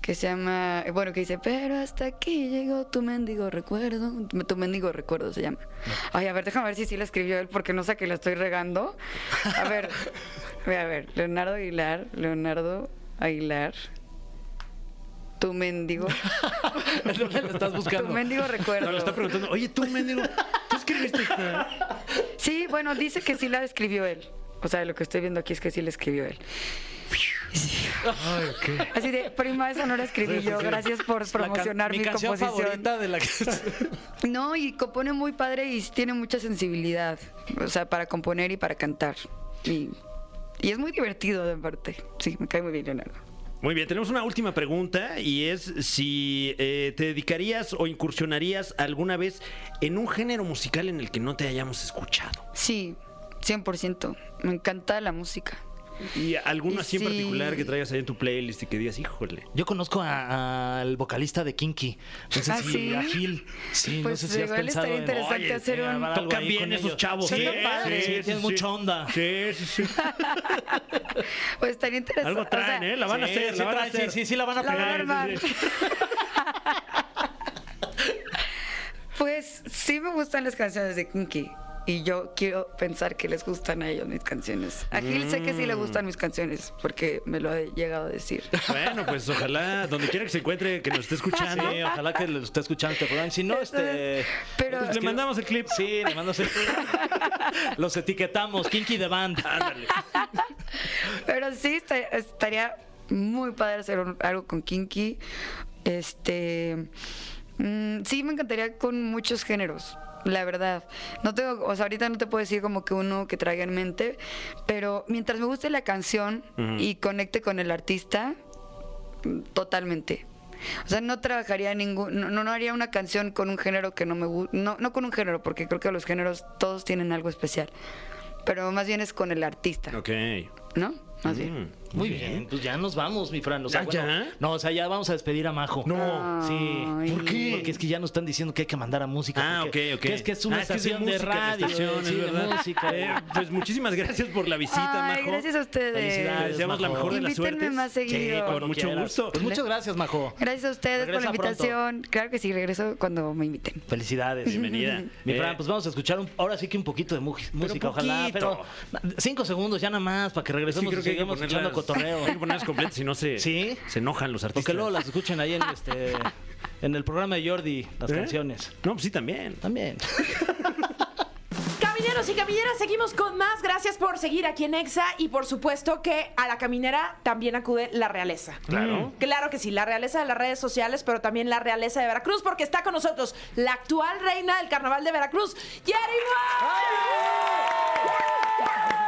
que se llama, bueno, que dice, pero hasta aquí llegó tu mendigo recuerdo. Tu mendigo recuerdo se llama. Ay, a ver, déjame ver si sí la escribió él, porque no sé que la estoy regando. A ver, ve, a ver, Leonardo Aguilar, Leonardo Aguilar. Tu mendigo. Es lo que le estás buscando. Tu mendigo recuerdo. No, lo está preguntando. Oye, tú, mendigo, ¿tú escribiste esta? Sí, bueno, dice que sí la escribió él. O sea, lo que estoy viendo aquí es que sí la escribió él. Sí. Así de, prima, esa no la escribí yo. Gracias por pues, La can- promocionar mi, mi canción composición. favorita de la que... No, y compone muy padre y tiene mucha sensibilidad. O sea, para componer y para cantar. Y, y es muy divertido, de parte. Sí, me cae muy bien, Leonardo. Muy bien, tenemos una última pregunta y es si eh, te dedicarías o incursionarías alguna vez en un género musical en el que no te hayamos escuchado. Sí, 100%. Me encanta la música. Y alguno Y así en sí. particular que traigas ahí en tu playlist y que digas, híjole. Yo conozco a- al vocalista de Kinky. No sé ¿Ah, si sí? a Gil. Sí, Pues no sé si has igual pensado estaría en- interesante Oye, eh, hacer sí, un- armar algo Tocan ahí bien con esos ellos. chavos, Sí, ¿eh? padre, Sí, sí, sí, tienen sí. mucha onda. Sí, sí, sí. Pues estaría interesante. Algo traen, ¿eh? La van a Sí, hacer, sí, la van a traen, hacer. Sí, sí, sí, la van a La van a pegar. armar. sí, Pues sí me gustan las canciones de Kinky. Y yo quiero pensar que les gustan a ellos mis canciones. A Gil sé que sí le gustan mis canciones, porque me lo ha llegado a decir. Bueno, pues ojalá, donde quiera que se encuentre, que nos esté escuchando. Sí, ojalá que lo esté escuchando este programa. Si no, este. Pero- pues Le que- mandamos el clip. Sí, le mandamos el clip. Los etiquetamos, Kinky the Band. Ándale. Pero sí esta- estaría muy padre hacer un- algo con Kinky. Este. mm, sí, me encantaría con muchos géneros. La verdad, no tengo, o sea, ahorita no te puedo decir como que uno que traiga en mente, pero mientras me guste la canción y conecte con el artista, mm, totalmente. O sea, no trabajaría ningún, no, no haría una canción con un género que no me gusta, no, no con un género, porque creo que los géneros todos tienen algo especial, pero más bien es con el artista, Ok. ¿no? Más bien. Mm, Ah, Muy bien, pues ya nos vamos, mi Fran. O sea, ¿Ah, bueno, ya? No, o sea, ya vamos a despedir a Majo. No. Sí. Ay. ¿Por qué? Porque es que ya nos están diciendo que hay que mandar a música. Ah, ok, porque- ok. que es que es Ah, una que es estación de, música, radio. la estación, sí, es de verdad. música. Eh, pues muchísimas gracias por la visita, Ay, Majo. gracias a Te ustedes. deseamos la Majo. mejor de las Invítenme suertes. más Sí, seguido. con Cuando mucho quieras. gusto. Pues muchas gracias, Majo. Gracias a ustedes por la Regresa pronto. invitación. Claro que sí, regreso cuando me inviten. Felicidades. Bienvenida. Mi Eh, Fran, pues vamos a escuchar un- ahora sí que un poquito de mu- música, ojalá. poquito. Pero cinco segundos ya nada más para que Sí, regresemos creo y que hay que sigamos echando ponerlas- cotorreo. Hay que ponerlas completas, si no se, ¿Sí? se enojan los O artistas. que luego las escuchen ahí en este en el programa de Jordi, las ¿Eh? canciones. No, pues sí, también. También. Camineros y camineras, seguimos con más. Gracias por seguir aquí en Exa y por supuesto que a la caminera también acude la realeza. Mm. Claro. Claro que sí, la realeza de las redes sociales, pero también la realeza de Veracruz, porque está con nosotros la actual reina del carnaval de Veracruz, Jeremy.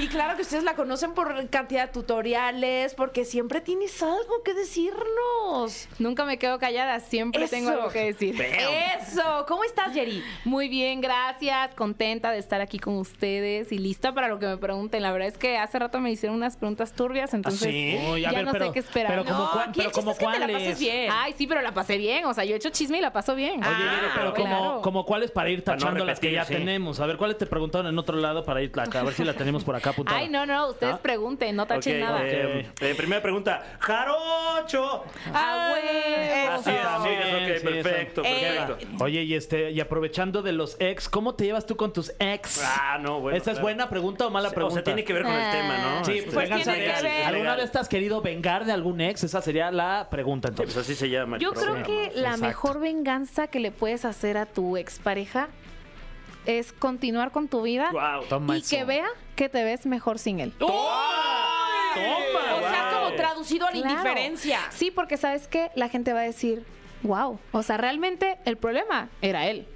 Y claro que ustedes la conocen por cantidad de tutoriales, porque siempre tienes algo que decirnos. Nunca me quedo callada, siempre tengo Eso. algo que decir. Eh, Eso, ¿cómo estás, Jerry? Muy bien, gracias, contenta de estar aquí con ustedes y lista para lo que me pregunten. La verdad es que hace rato me hicieron unas preguntas turbias, ¿Ah, entonces Uy, ya no sé qué esperar. Pero como, No, cuál- aquí el pero chiste como es que te la pases cuáles. bien. Ay, sí, pero la pasé bien, o sea, yo he hecho chisme y la paso bien. Oye, Ah, Viri, pero como, claro. como cuáles para ir Para no tachando las que repetir, ya sí. tenemos. A ver, ¿cuáles te preguntaron en otro lado para ir a ver si la tenemos tenemos por acá apuntada. Ay, no, no, ustedes ¿Ah? pregunten, no tachen Ok, nada. eh, eh, primera pregunta. ¡Jarocho! ¡Ah, huevo! Así es, así es. Ok, Sí, perfecto, Eh, perfecto. Oye, y este, y aprovechando de los ex, ¿cómo te llevas tú con tus ex? Ah, no, bueno. ¿Esa es claro. buena pregunta o mala O pregunta? sea, tiene que ver con el Ah. tema, ¿no? Sí, Este, pues tiene vénganse que de ex. ver. ¿Alguna vez te has querido vengar de algún ex? Esa sería la pregunta Sí, pues entonces. así se llama. el Yo creo programa. que la Exacto. mejor venganza que le puedes hacer a tu expareja es continuar con tu vida Guau. Toma y eso. que vea que te ves mejor sin él. ¡Toma! O sea, guau. como traducido a la Claro. indiferencia. Sí, porque sabes que la gente va a decir, wow, o sea, realmente el problema era él.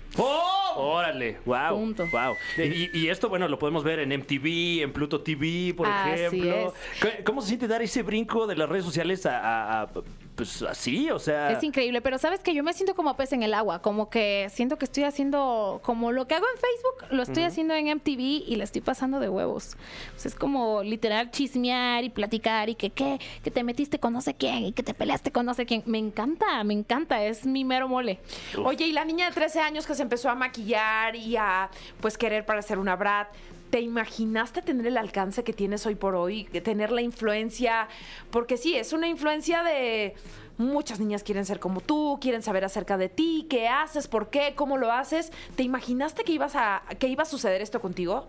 Órale, wow, ¡Oh! Punto. wow. Y, y esto, bueno, lo podemos ver en MTV, en Pluto TV, por Así ejemplo. ¿Qué- ¿Cómo se siente dar ese brinco de las redes sociales a, a- a- pues así? O sea, Es increíble, pero sabes que yo me siento como pez en el agua, como que siento que estoy haciendo como lo que hago en Facebook, lo estoy haciendo en MTV y la estoy pasando de huevos. O sea, es como literal chismear y platicar y que qué, que te metiste con no sé quién y que te peleaste con no sé quién. Me encanta, me encanta, es mi mero mole. Uf. Oye, y la niña de 13 años que se empezó a maquillar y a pues querer para ser una brat, ¿te imaginaste tener el alcance que tienes hoy por hoy? Que Tener la influencia, porque sí, es una influencia de muchas niñas quieren ser como tú, quieren saber acerca de ti, qué haces, por qué, cómo lo haces. ¿Te imaginaste que ibas a que iba a suceder esto contigo?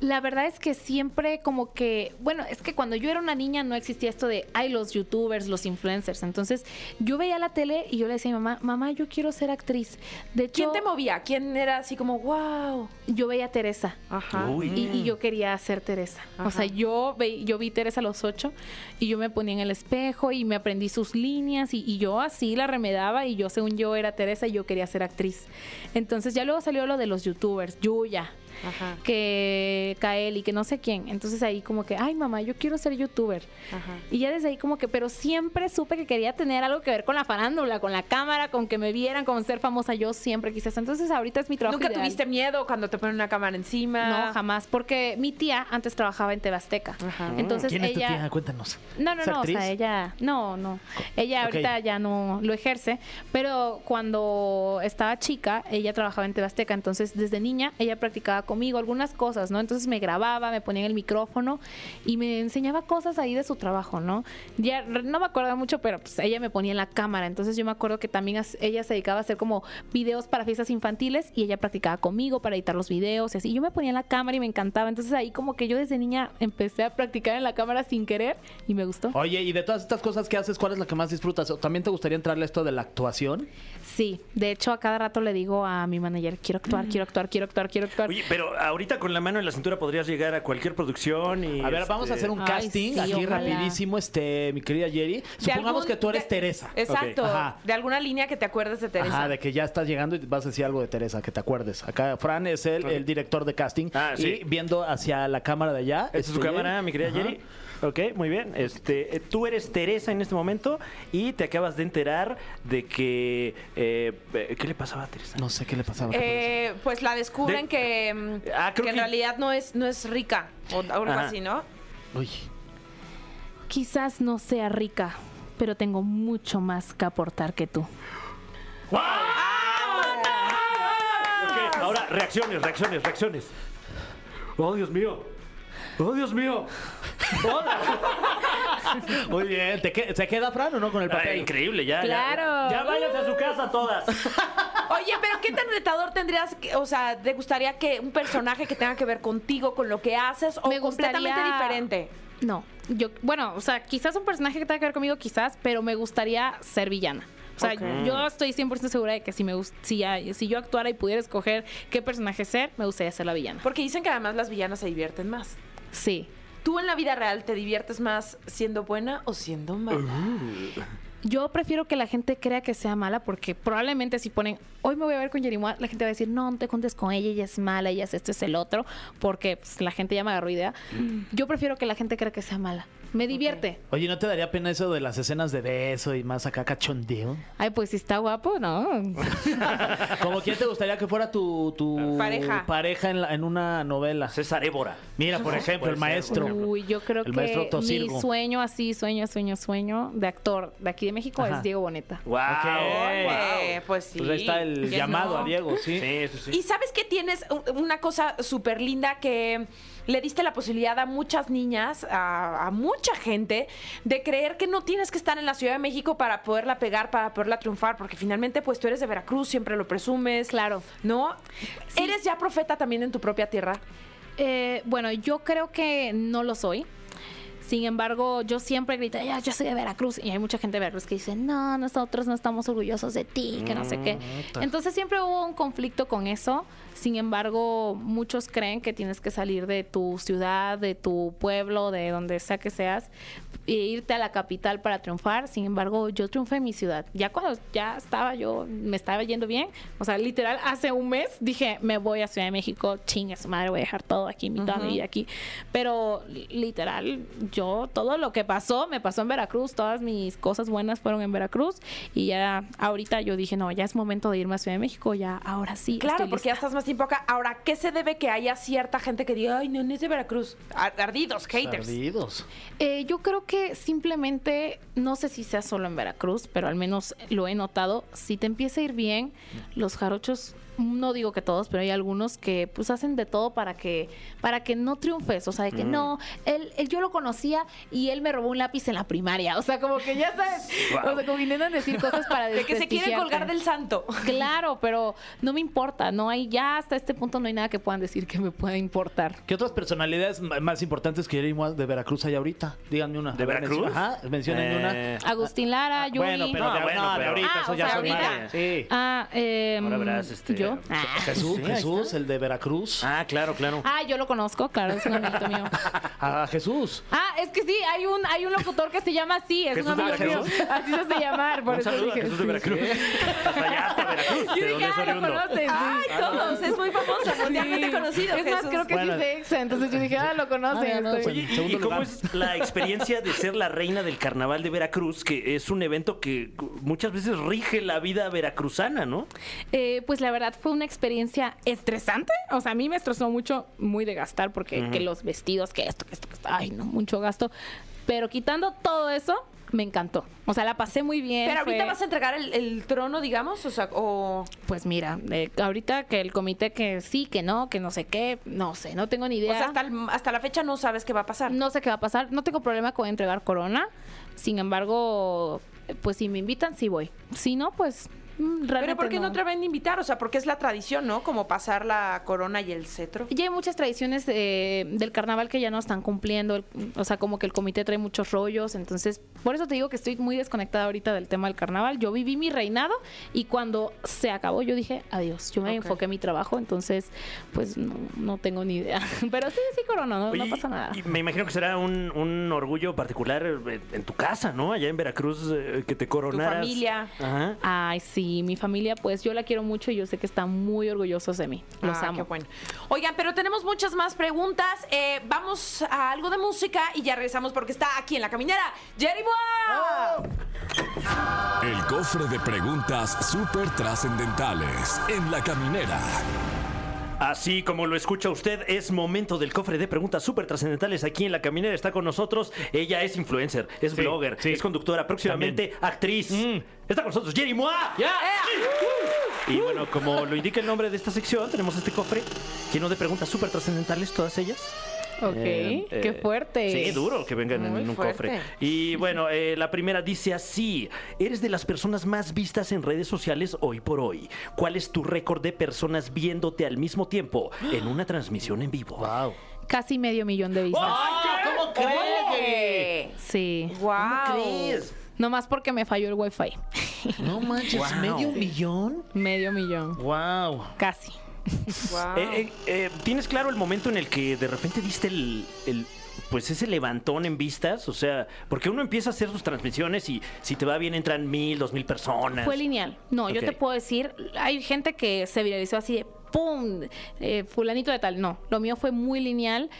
La verdad es que siempre como que, bueno, es que cuando yo era una niña no existía esto de, ay, los youtubers, los influencers. Entonces yo veía la tele y yo le decía a mi mamá, mamá, yo quiero ser actriz. De hecho, ¿Quién te movía? ¿Quién era así como, wow? yo veía a Teresa. Ajá. Uy. Y, y yo quería ser Teresa. Mm. Ajá. O sea, yo, ve- yo vi Teresa a los ocho y yo me ponía en el espejo y me aprendí sus líneas y, y yo así la remedaba y yo, según yo, era Teresa y yo quería ser actriz. Entonces ya luego salió lo de los youtubers, Yuya, Ajá. que Kaeli, que no sé quién. Entonces ahí como que, ay mamá, yo quiero ser youtuber. Ajá. Y ya desde ahí como que, pero siempre supe que quería tener algo que ver con la farándula, con la cámara, con que me vieran, con ser famosa. Yo siempre quise eso. Entonces ahorita es mi trabajo. ¿Nunca ideal. tuviste miedo cuando te ponen una cámara encima? No, jamás, porque mi tía antes trabajaba en Tebasteca. Ajá. Entonces ¿Quién es tu ella tía? Cuéntanos. No, no, ¿Es no, o actriz? sea, ella no, no. Ella Ok. ahorita ya no lo ejerce, pero cuando estaba chica, ella trabajaba en Tebasteca, entonces desde niña ella practicaba conmigo algunas cosas, ¿no? Entonces me grababa, me ponía en el micrófono y me enseñaba cosas ahí de su trabajo, ¿no? Ya re- no me acuerdo mucho, pero pues ella me ponía en la cámara, entonces yo me acuerdo que también as- ella se dedicaba a hacer como videos para fiestas infantiles y ella practicaba conmigo para editar los videos y así. Yo me ponía en la cámara y me encantaba, entonces ahí como que yo desde niña empecé a practicar en la cámara sin querer y me gustó. Oye, y de todas estas cosas que haces, ¿cuál es la que más disfrutas? ¿O ¿También te gustaría entrarle a esto de la actuación? Sí, de hecho a cada rato le digo a mi manager, quiero actuar, quiero actuar, quiero actuar, quiero actuar. Oye, pero ahorita con la mano en la cintura podrías llegar a cualquier producción y... A ver, vamos a este, hacer un Ay, casting sí, aquí ojalá. rapidísimo, este, mi querida Jerry. De Supongamos algún- que tú eres de- Teresa. Exacto. Ok. Ajá. De alguna línea que te acuerdes de Teresa. Ajá, de que ya estás llegando y vas a decir algo de Teresa, que te acuerdes. Acá Fran es el, el director de casting. Ah, sí. Y viendo hacia la cámara de allá. Esta es tu este, cámara, mi querida Ajá. Jerry. Ok, muy bien. Este, eh, tú eres Teresa en este momento y te acabas de enterar de que... eh, eh, ¿Qué le pasaba a Teresa? No sé qué le pasaba. Eh, pues la descubren De- que, mm, Ah, creo que en que- realidad no es, no es rica o algo Ajá. así, ¿no? Uy. Quizás no sea rica, pero tengo mucho más que aportar que tú. Ok, ahora reacciones, reacciones, reacciones. Oh, Dios mío. Oh, Dios mío. Muy bien. ¿Te que- ¿Se queda Fran o no con el papel? Ay, Ah, increíble, ya. ya- Claro. Ya, váyanse a su casa todas. Oye, pero ¿qué tan retador tendrías? que- o sea, ¿te gustaría que un personaje que tenga que ver contigo, con lo que haces o Me gustaría- completamente diferente? No, yo, bueno, o sea, quizás un personaje que tenga que ver conmigo, quizás, pero me gustaría ser villana. O sea, yo estoy 100% segura de que si, me, gust- si, ya- si yo actuara y pudiera escoger qué personaje ser, me gustaría ser la villana. Porque dicen que además las villanas se divierten más. Sí. ¿Tú en la vida real te diviertes más siendo buena o siendo mala? Yo prefiero que la gente crea que sea mala porque probablemente si ponen, hoy me voy a ver con Jerimoa, la gente va a decir, no, no te juntes con ella, ella es mala, ella es esto, es el otro, porque pues, la gente ya me agarró idea. Yo prefiero que la gente crea que sea mala. Me divierte. Oye, ¿no te daría pena eso de las escenas de beso y más acá cachondeo? Ay, pues si está guapo, ¿no? Como quién te gustaría que fuera tu, tu Pareja. pareja en, la- en una novela. César Évora. Mira, por No, ejemplo, puede el ser, maestro. por Uy, yo creo El maestro que Tocirgo. mi sueño así, sueño, sueño, sueño de actor de aquí de México Ajá. es Diego Boneta. ¡Wow! Eh, pues sí. Pues ahí está el ¿Quién llamado no? a Diego, sí. Sí, sí, sí. Y sabes que tienes u- una cosa súper linda que le diste la posibilidad a muchas niñas, a, a mucha gente, de creer que no tienes que estar en la Ciudad de México para poderla pegar, para poderla triunfar, porque finalmente pues tú eres de Veracruz, siempre lo presumes. Claro. ¿No? Sí. ¿Eres ya profeta también en tu propia tierra? Eh, bueno, yo creo que no lo soy. Sin embargo, yo siempre grito, "Ya, yo soy de Veracruz. Y hay mucha gente de Veracruz que dice, no, nosotros no estamos orgullosos de ti, que no sé qué. Entonces siempre hubo un conflicto con eso. Sin embargo, muchos creen que tienes que salir de tu ciudad, de tu pueblo, de donde sea que seas, e irte a la capital para triunfar. Sin embargo, yo triunfé en mi ciudad. Ya cuando ya estaba yo, me estaba yendo bien. O sea, literal, hace un mes dije, me voy a Ciudad de México, chingue su madre, voy a dejar todo aquí, mi toda mi vida aquí. Pero li- literal, yo, todo lo que pasó, me pasó en Veracruz, todas mis cosas buenas fueron en Veracruz. Y ya ahorita yo dije, no, ya es momento de irme a Ciudad de México, ya ahora sí. Claro, estoy porque ya lista". estás más tiempo acá. Ahora, ¿qué se debe que haya cierta gente que diga, ay, no, no es de Veracruz? Ar- Ardidos, haters. Perdidos. Eh, yo creo que simplemente, no sé si sea solo en Veracruz, pero al menos lo he notado, si te empieza a ir bien, los jarochos, no digo que todos, pero hay algunos que pues hacen de todo para que, para que no triunfes, o sea, de Mm. que no, él, él- yo lo conocía y él me robó un lápiz en la primaria, o sea, como que ya sabes, o sea, como intentan decir cosas para De que se quiere desprestigiarte. colgar del santo. Claro, pero no me importa, no hay, ya hasta este punto no hay nada que puedan decir que me pueda importar. ¿Qué otras personalidades ma- más importantes que Jerry Mois de Veracruz hay ahorita? Díganme una. ¿De A ver, Veracruz? mencio- Ajá, mencionenme Eh, una. Agustín Lara, Yuri. Ah, Bueno, pero, No, de, bueno, no, de pero- ahorita, Ah, eso o ya sea, son ahorita. varias. Sí. Ah, em, Ahora verás, este, ¿Yo? Ah. Jesús, Sí, ahí Jesús, está. el de Veracruz. Ah, claro, claro. Ah, yo lo conozco, claro, es un amiguito mío. A Jesús. Ah, es que sí, hay un, hay un locutor que se llama así, es un Jesús de amigo mío. Veracruz. Así se hace llamar, por Un eso saludo a dije. Jesús de Veracruz. Hasta allá, hasta Veracruz. ¿De Yo dije, dónde es ah, lo oriundo? conoces. Ay, todos, es muy famoso, mundialmente Sí. conocido. Es más, Jesús. creo que Bueno. sí es de Exa, entonces yo dije, ah, lo conoce. Ah, no, estoy- pues, Oye, ¿y- ¿y, Segundo cómo lugar. es la experiencia de ser la reina del carnaval de Veracruz? Que es un evento que muchas veces rige la vida veracruzana, ¿no? Eh, pues la verdad fue una experiencia estresante. O sea, a mí me estresó mucho, muy de gastar, porque que los vestidos, que esto, que esto, que esto, ay, no, mucho gasto. Pero quitando todo eso, me encantó. O sea, la pasé muy bien. Pero ahorita fue- vas a entregar el, el trono, digamos, o sea, o... Pues mira, eh, ahorita que el comité que sí, que no, que no sé qué, no sé, no tengo ni o idea. sea, hasta, el- hasta la fecha no sabes qué va a pasar. No sé qué va a pasar. No tengo problema con entregar corona. Sin embargo, pues si me invitan, sí voy. Si no, pues mm, realmente Pero ¿por qué no te van a invitar? O sea, porque es la tradición, ¿no? Como pasar la corona y el cetro. Ya hay muchas tradiciones eh, del carnaval que ya no están cumpliendo. el- O sea, como que el comité trae muchos rollos. Entonces, por eso te digo que estoy muy desconectada ahorita del tema del carnaval. Yo viví mi reinado y cuando se acabó, yo dije adiós. Yo me Ok. enfoqué en mi trabajo. Entonces, pues no, no tengo ni idea. Pero sí, sí, corona, no, no Oye, pasa nada. y me imagino que será un, un orgullo particular eh, en tu casa, ¿no? Allá en Veracruz, eh, que te coronaras. familia. Ajá. Ay, sí, mi familia, pues yo la quiero mucho y yo sé que están muy orgullosos de mí. Los Ah, amo. qué bueno. Oigan, pero tenemos muchas más preguntas. Eh, vamos a algo de música y ya regresamos porque está aquí en la caminera. ¡Jerry Moa! El cofre de preguntas súper trascendentales en la caminera. Así como lo escucha usted, es momento del cofre de preguntas súper trascendentales. Aquí en La Caminera está con nosotros. Ella es influencer, es Sí, blogger, sí. Mm. es conductora, próximamente actriz. Está con nosotros Jerry Moa. Uh. Y bueno, como lo indica el nombre de esta sección, tenemos este cofre lleno de preguntas súper trascendentales, todas ellas. Ok, Eh, eh, qué fuerte. Sí, duro que vengan en Muy un fuerte. cofre. Y bueno, eh, la primera dice así: Eres de las personas más vistas en redes sociales hoy por hoy. ¿Cuál es tu récord de personas viéndote al mismo tiempo en una transmisión en vivo? Wow. Casi medio millón de vistas. ¿Cómo Oh, crees? Sí. ¡Wow! Nomás porque me falló el wifi. No manches, medio millón. medio millón. Wow. Casi. Wow. Eh, eh, eh, ¿Tienes claro el momento en el que de repente diste el, el- pues ese levantón en vistas? O sea, porque uno empieza a hacer sus transmisiones y si te va bien entran mil, dos mil personas. Fue lineal. No, Ok. yo te puedo decir, hay gente que se viralizó así de ¡pum! eh, fulanito de tal. No, lo mío fue muy lineal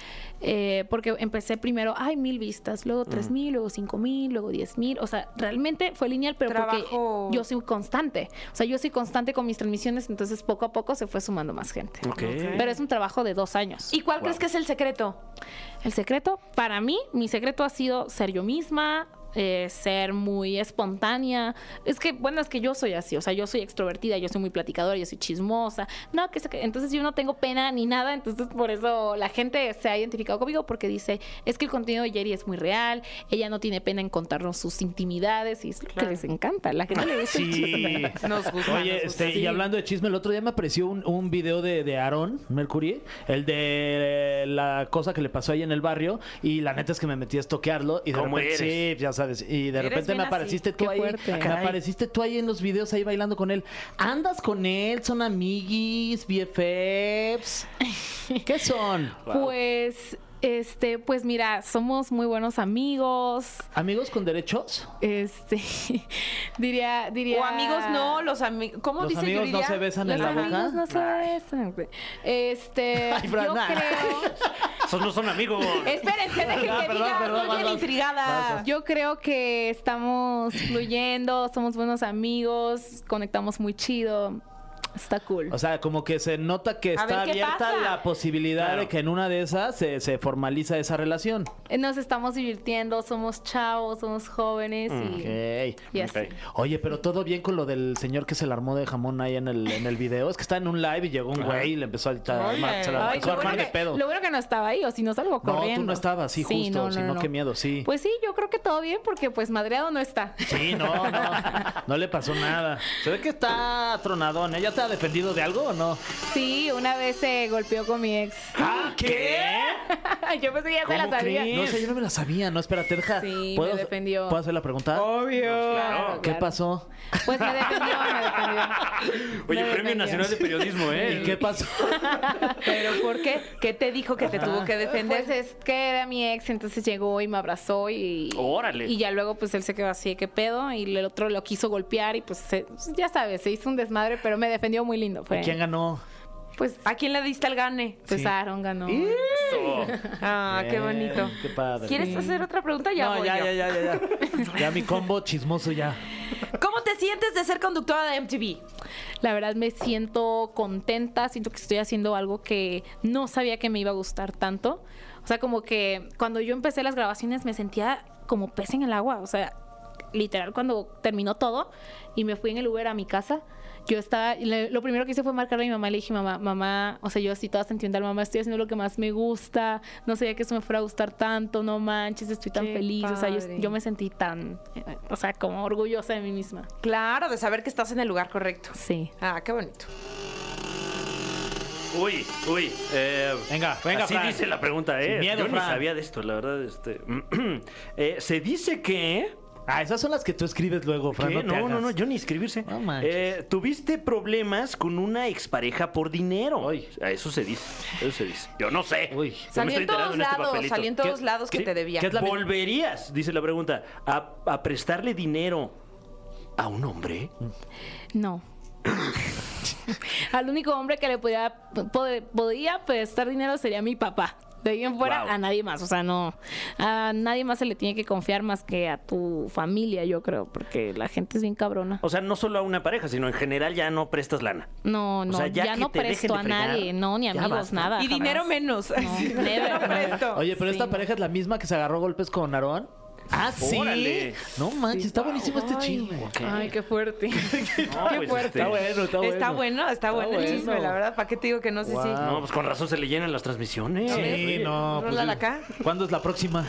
eh, porque empecé primero, ay, mil vistas, luego tres mil, luego cinco mil, luego diez mil. O sea, realmente fue lineal, pero Trabajo. porque yo soy constante. O sea, yo soy constante con mis transmisiones, entonces poco a poco se fue sumando más gente. Ok. Pero es un trabajo de dos años. ¿Y cuál crees que es el secreto? El secreto, para mí, mi secreto ha sido ser yo misma, eh, ser muy espontánea. Es que, bueno, es que yo soy así, o sea, yo soy extrovertida, yo soy muy platicadora, yo soy chismosa. No, que, se- que- entonces yo no tengo pena ni nada, entonces por eso la gente se ha identificado conmigo porque dice, es que el contenido de Jerry es muy real, ella no tiene pena en contarnos sus intimidades y es lo Claro. que les encanta, la gente le gusta el chisme. Sí. Nos gusta. Oye, nos gusta. este, y hablando de chisme, el otro día me apareció un, un video de, de Aarón Mercury, el de eh, la cosa que le pasó ahí en el barrio, y la neta es que me metí a estoquearlo y de ¿Cómo repente, eres? sí, ya sabes, y de Eres repente bien me así, apareciste tú qué ahí, fuerte. Ah, me caray. apareciste tú ahí en los videos ahí bailando con él. ¿Andas con él? ¿Son amiguis, BFFs? ¿Qué son? Pues, este, pues mira, somos muy buenos amigos. ¿Amigos con derechos? Este diría, diría. O amigos no, los amigos. ¿Cómo Los dice amigos no Yuridia? se besan Los en la boca. amigos no se besan. Este, Ay, Fran, yo nah. creo, Esos no son amigos. Espérense, dejen Ah, que perdón, diga, estoy perdón, bien vas, vas. intrigada. yo creo que estamos fluyendo, somos buenos amigos, conectamos muy chido, está cool. O sea, como que se nota que A está ver qué abierta pasa. la posibilidad Claro. de que en una de esas se, se formaliza esa relación. Nos estamos divirtiendo, somos chavos, somos jóvenes y, Ok. y así. Ok. Oye, pero todo bien con lo del señor que se la armó de jamón ahí en el, en el video. Es que está en un live y llegó un güey y le empezó a a Oye. armar, se la Ay, empezó a lo, armar bueno de que, pedo. lo bueno que no estaba ahí, o si no No, salgo corriendo. tú no estabas, sí, justo. sino qué miedo, sí. Pues sí, yo creo que todo bien porque pues madreado no está. Sí, no, no. No le pasó nada. Se ve que está tronadón. ¿Ella te ha defendido de algo o no? Sí, una vez se golpeó con mi ex. ¿Qué? yo pensé que ya se la ¿Cómo sabía. crees? No sé, yo no me la sabía. No, espérate, deja. Sí, ¿Puedo- me defendió. ¿Puedo hacer la pregunta? Claro, ¿Qué claro. pasó? Pues me defendió, me defendió. Oye, Me Premio defendió. Nacional de Periodismo, ¿eh? ¿Y qué pasó? ¿Pero por qué? ¿Qué te dijo que te tuvo Ah. que defender? Pues es que era mi ex, entonces llegó y me abrazó y. Órale. Y ya luego, pues él se quedó así, ¿qué pedo? Y el otro lo quiso golpear y pues se- ya sabes, se hizo un desmadre, pero me defendió muy lindo. Fue. ¿Quién ganó? Pues, ¿A quién le diste el gane? pues Sí. Aaron ganó. Eso. Ah, qué Bien, bonito. Qué padre. ¿Quieres hacer otra pregunta? Ya no, voy ya, yo. ya, ya, ya, ya. Ya mi combo chismoso ya. ¿Cómo te sientes de ser conductora de MTV? La verdad me siento contenta, siento que estoy haciendo algo que no sabía que me iba a gustar tanto. O sea, como que cuando yo empecé las grabaciones me sentía como pez en el agua. O sea, literal, cuando terminó todo y me fui en el Uber a mi casa, yo estaba, y le- lo primero que hice fue marcarle a mi mamá, le dije, mamá, mamá, o sea, yo así toda sentimental, mamá, estoy haciendo lo que más me gusta, no sabía que eso me fuera a gustar tanto, no manches, estoy tan Qué feliz, o sea, yo, padre. yo me sentí tan, eh, o sea, como orgullosa de mí misma. Claro, de saber que estás en el lugar correcto. Sí. Ah, qué bonito. Uy, uy. eh, Venga, venga, Así Fran. dice la pregunta, ¿eh? Sin miedo, Yo ni Fran. sabía de esto, la verdad. Este, eh, se dice que... Ah, esas son las que tú escribes luego, Fran. ¿Qué? No, te No, no, hagas. no, yo ni escribirse. No manches. Eh, Tuviste problemas con una expareja por dinero. Ay. A Eso se dice. Eso se dice. Yo no sé. Uy. Yo me Salió estoy en todos enterando en este lados, papelito. salió en todos ¿Qué- lados que sí? te debía. ¿Qué es la- ¿Volverías, dice la pregunta, a, a prestarle dinero a un hombre? No. Al único hombre que le podía, pod- podía prestar dinero sería mi papá. De ahí en fuera Wow. a nadie más. O sea, no. A nadie más se le tiene que confiar más que a tu familia, yo creo, porque la gente es bien cabrona. O sea, no solo a una pareja, sino en general ya no prestas lana. No, no, sea, ya ya, que no te dejen presto de a fregar, nadie, no, ni ya amigos, basta. nada. Y Ah, jamás. dinero menos. No, Dinero never. presto. Oye, pero Sí, esta no. pareja es la misma que se agarró golpes con Aarón. Ah, sí. Órale. No manches, está buenísimo este chisme. Ay, qué fuerte. No, Qué fuerte. este, pues, Está Está bueno, está bueno. bueno, está bueno el bueno. chisme, la verdad. ¿Para qué te digo que no? Sí, sí. Guau. No, pues con razón se le llenan las transmisiones. Sí, no. pues, Rólala acá. ¿Cuándo es la próxima?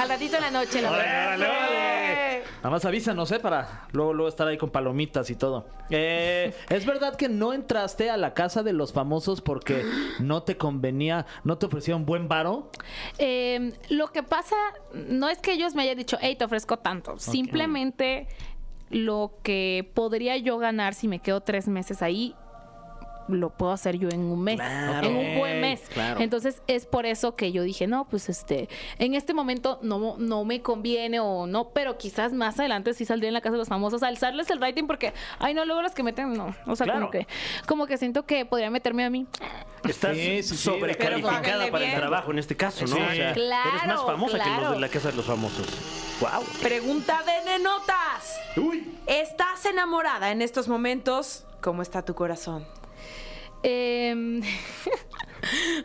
Al ratito en la noche, la verdad. Órale, órale. Nada más avísanos, ¿eh? Para luego, luego estar ahí con palomitas y todo. Eh, ¿Es verdad que no entraste a la casa de los famosos porque no te convenía, no te ofrecían buen varo? Eh, lo que pasa no es que ellos me hayan dicho, hey, te ofrezco tanto. Simplemente lo que podría yo ganar si me quedo tres meses ahí lo puedo hacer yo en un mes, Claro. en un buen mes. Claro. Entonces es por eso que yo dije, no, pues este, en este momento no, no me conviene o no, pero quizás más adelante sí saldría en la casa de los famosos a alzarles el rating porque, ay no, luego las que meten, no, o sea, Claro. como que como que siento que podría meterme a mí. Estás Sí, sí, sí, sobrecalificada pero págale para el bien. trabajo en este caso, ¿no? Sí. Claro, eres más famosa que los claro. de la Casa de los Famosos. ¡Wow! Pregunta de nenotas. ¡Uy! ¿Estás enamorada en estos momentos? ¿Cómo está tu corazón? Em,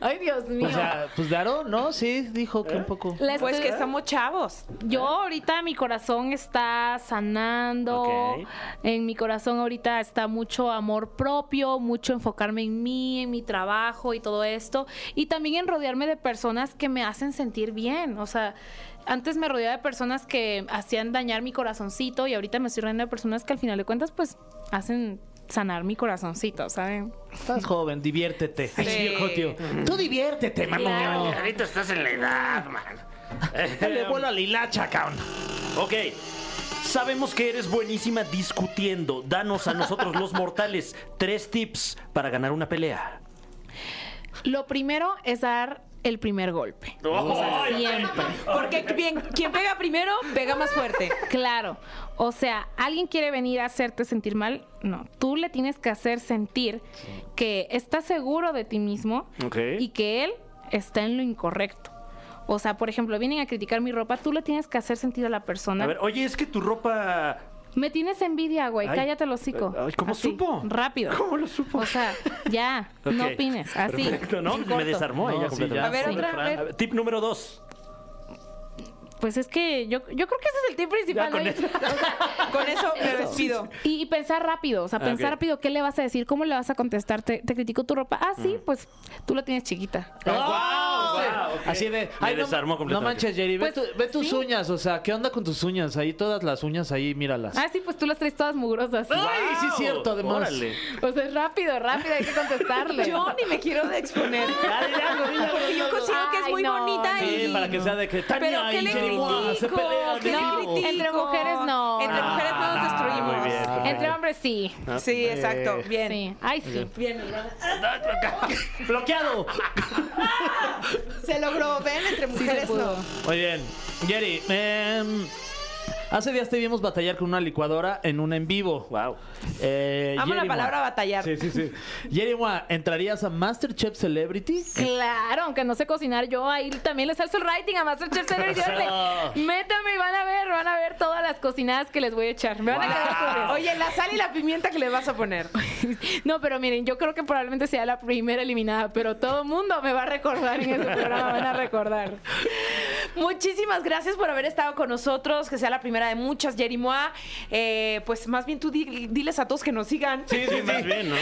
ay Dios mío. O sea, pues Daro, ¿no? Sí, dijo que un poco. La Pues estoy- que somos chavos. Yo ahorita mi corazón está sanando. Ok. En mi corazón ahorita está mucho amor propio, mucho enfocarme en mí, en mi trabajo y todo esto. Y también en rodearme de personas que me hacen sentir bien. O sea, antes me rodeaba de personas que hacían dañar mi corazoncito y ahorita me estoy rodeando de personas que al final de cuentas pues hacen sanar mi corazoncito, ¿saben? Estás joven, diviértete. Ay, sí, viejo tío. Tú diviértete, Ah, mano. Claro. Ahorita estás en la edad, man. Dale bola a la hilacha, cabrón. Ok. Sabemos que eres buenísima discutiendo. Danos a nosotros los mortales tres tips para ganar una pelea. Lo primero es dar el primer golpe. Siempre. Porque bien, quien pega primero, pega más fuerte. Claro, o sea, alguien quiere venir a hacerte sentir mal, no, tú le tienes que hacer sentir que estás seguro de ti mismo Ok. y que él está en lo incorrecto. O sea, por ejemplo, vienen a criticar mi ropa, tú le tienes que hacer sentir a la persona. A ver, oye, es que tu ropa. Me tienes envidia, güey, Ay. cállate el hocico. Ay, ¿cómo supo? Rápido. ¿Cómo lo supo? O sea, ya, no Ok. opines, así. Perfecto, ¿no? en Me corto. desarmó No, ella sí, completamente. ya. A ver, otra, a ver. A ver, Tip número dos. Pues es que yo, yo creo que ese es el tip principal. con ¿no? eso. O sea, Con eso me Eso. despido. Y, y pensar rápido, o sea, Ah, pensar ok. rápido qué le vas a decir, cómo le vas a contestar. Te, te critico tu ropa. Ah, sí, pues tú la tienes chiquita. ¡Guau! Wow, ok. Así de. Me ay, no- desarmó no, completamente. manches, Jerry. Ve, Pues, tu- ve tus sí. uñas. O sea, ¿qué onda con tus uñas? Ahí todas las uñas, ahí míralas. Ah, sí, pues tú las traes todas mugrosas. Ah. ¡Ay, sí, es cierto! Además. Órale. O sea, es rápido, rápido, hay que contestarle. Yo ni me quiero de exponer. Porque yo considero que es Ay, muy no, bonita sí, y. para que sea de que Pero Tania ¿qué y le Jerry Moa se critico? pelean. ¿Qué Ah, No, le critico? entre mujeres no. Entre Ah, mujeres no nos destruimos. muy bien. Entre hombres sí. Sí, exacto. Bien. Sí. Ay, sí. Bien. Oh, ¡Bloqueado! Se logró. Ven, entre Sí se mujeres pudo. no. Muy bien. Jerry, em, hace días te vimos batallar con una licuadora en un en vivo. Wow. Eh, Amo la Jerry Moa. palabra batallar. Sí, sí, sí. Jerry Moa, ¿entrarías a Masterchef Celebrity? Claro, aunque no sé cocinar, yo ahí también les hago el writing a Masterchef Celebrity. Órale, Métame y van a ver, van a ver todas las cocinadas que les voy a echar. Me van a quedar curiosos. Oye, la sal y la pimienta que le vas a poner. No, pero miren, yo creo que probablemente sea la primera eliminada, pero todo el mundo me va a recordar en ese programa, van a recordar. Muchísimas gracias por haber estado con nosotros. Que sea la primera de muchas, Jerry Moa. Eh, pues más bien tú di- diles a todos que nos sigan. Sí, sí, más bien, ¿no?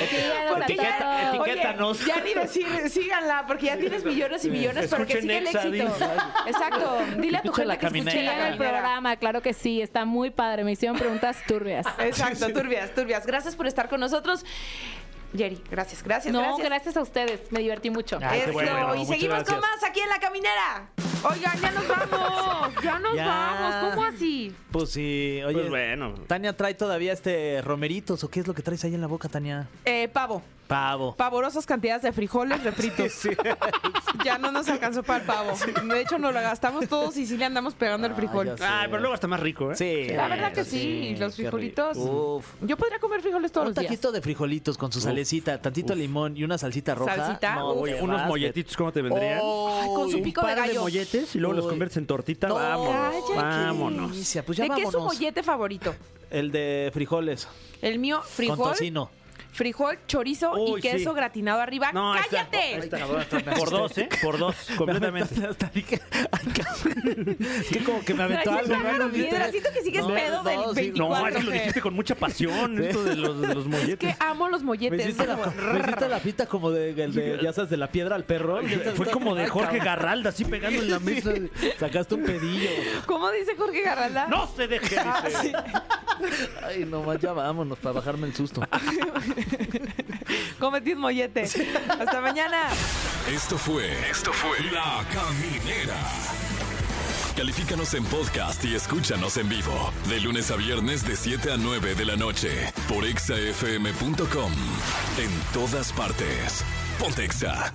Porque- Etiqueta- Oye, etiquétanos. ya ni decir, síganla, porque ya tienes millones y millones, pero que Escuchen siga el Exa, éxito. dice. Exacto. Dile a tu Escucha la gente que escuche la caminera. Sigan el caminera. programa, claro que sí, está muy padre. Me hicieron preguntas turbias. Exacto, turbias, turbias. Gracias por estar con nosotros. Jerry, gracias, gracias, No, gracias. gracias. a ustedes, me divertí mucho. Ah, qué Eso, bueno, y muchas seguimos con gracias. más aquí en La Caminera. Oigan, ya nos vamos. Oh, Ya nos Ya. vamos. ¿Cómo así? Pues sí, oye. Pues bueno. Tania trae todavía este romeritos o qué es lo que traes ahí en la boca, Tania? Eh, pavo. Pavo. Pavorosas cantidades de frijoles refritos. Ya no nos alcanzó para el pavo. De hecho, nos lo gastamos todos y sí le andamos pegando el frijol. ya sé. Ah, pero luego está más rico, ¿eh? Sí. La verdad que sí, los qué rico. frijolitos. Uf. Yo podría comer frijoles todos Un los días. taquito de frijolitos con su salecita, tantito limón y una salsita roja. Salsita, No, uf. te Unos vas, molletitos, ¿cómo te te- vendrían? Ay, con su un pico de par gallo. molletes y luego los Uy. conviertes en tortita. No, vámonos. cállate. Vámonos. Delicia, Pues ya ¿De qué es su vámonos. mollete favorito? El de frijoles. El mío, Con frijol, tocino. frijol, chorizo Uy, y queso sí. gratinado arriba. No, ahí está. Ah, ¡Cállate! Por dos, ¿eh? Por dos, completamente. Hasta- hasta dije, ay, cabrón. es que como que me aventó Traes algo. un trago ¿no? de piedra. Siento que sigues No, pedo no, del sí, 24. No, es que lo Fe. dijiste con mucha pasión, esto de los, de los Es molletes. que amo los Me molletes. hiciste, la, me hiciste la pinta como de, el de, ya sabes, de la piedra al perro. Fue como de Jorge Garralda, así pegando en la mesa. Sacaste un pedillo. ¿Cómo dice Jorge Garralda? ¡No se deje! dice. Ay, nomás ya vámonos para bajarme el susto. Cometí un mollete. Hasta mañana. Esto fue. Esto fue. La Caminera. Califícanos en podcast y escúchanos en vivo. De lunes a viernes de 7 a 9 de la noche. Por exafm.com. En todas partes. Pontexa.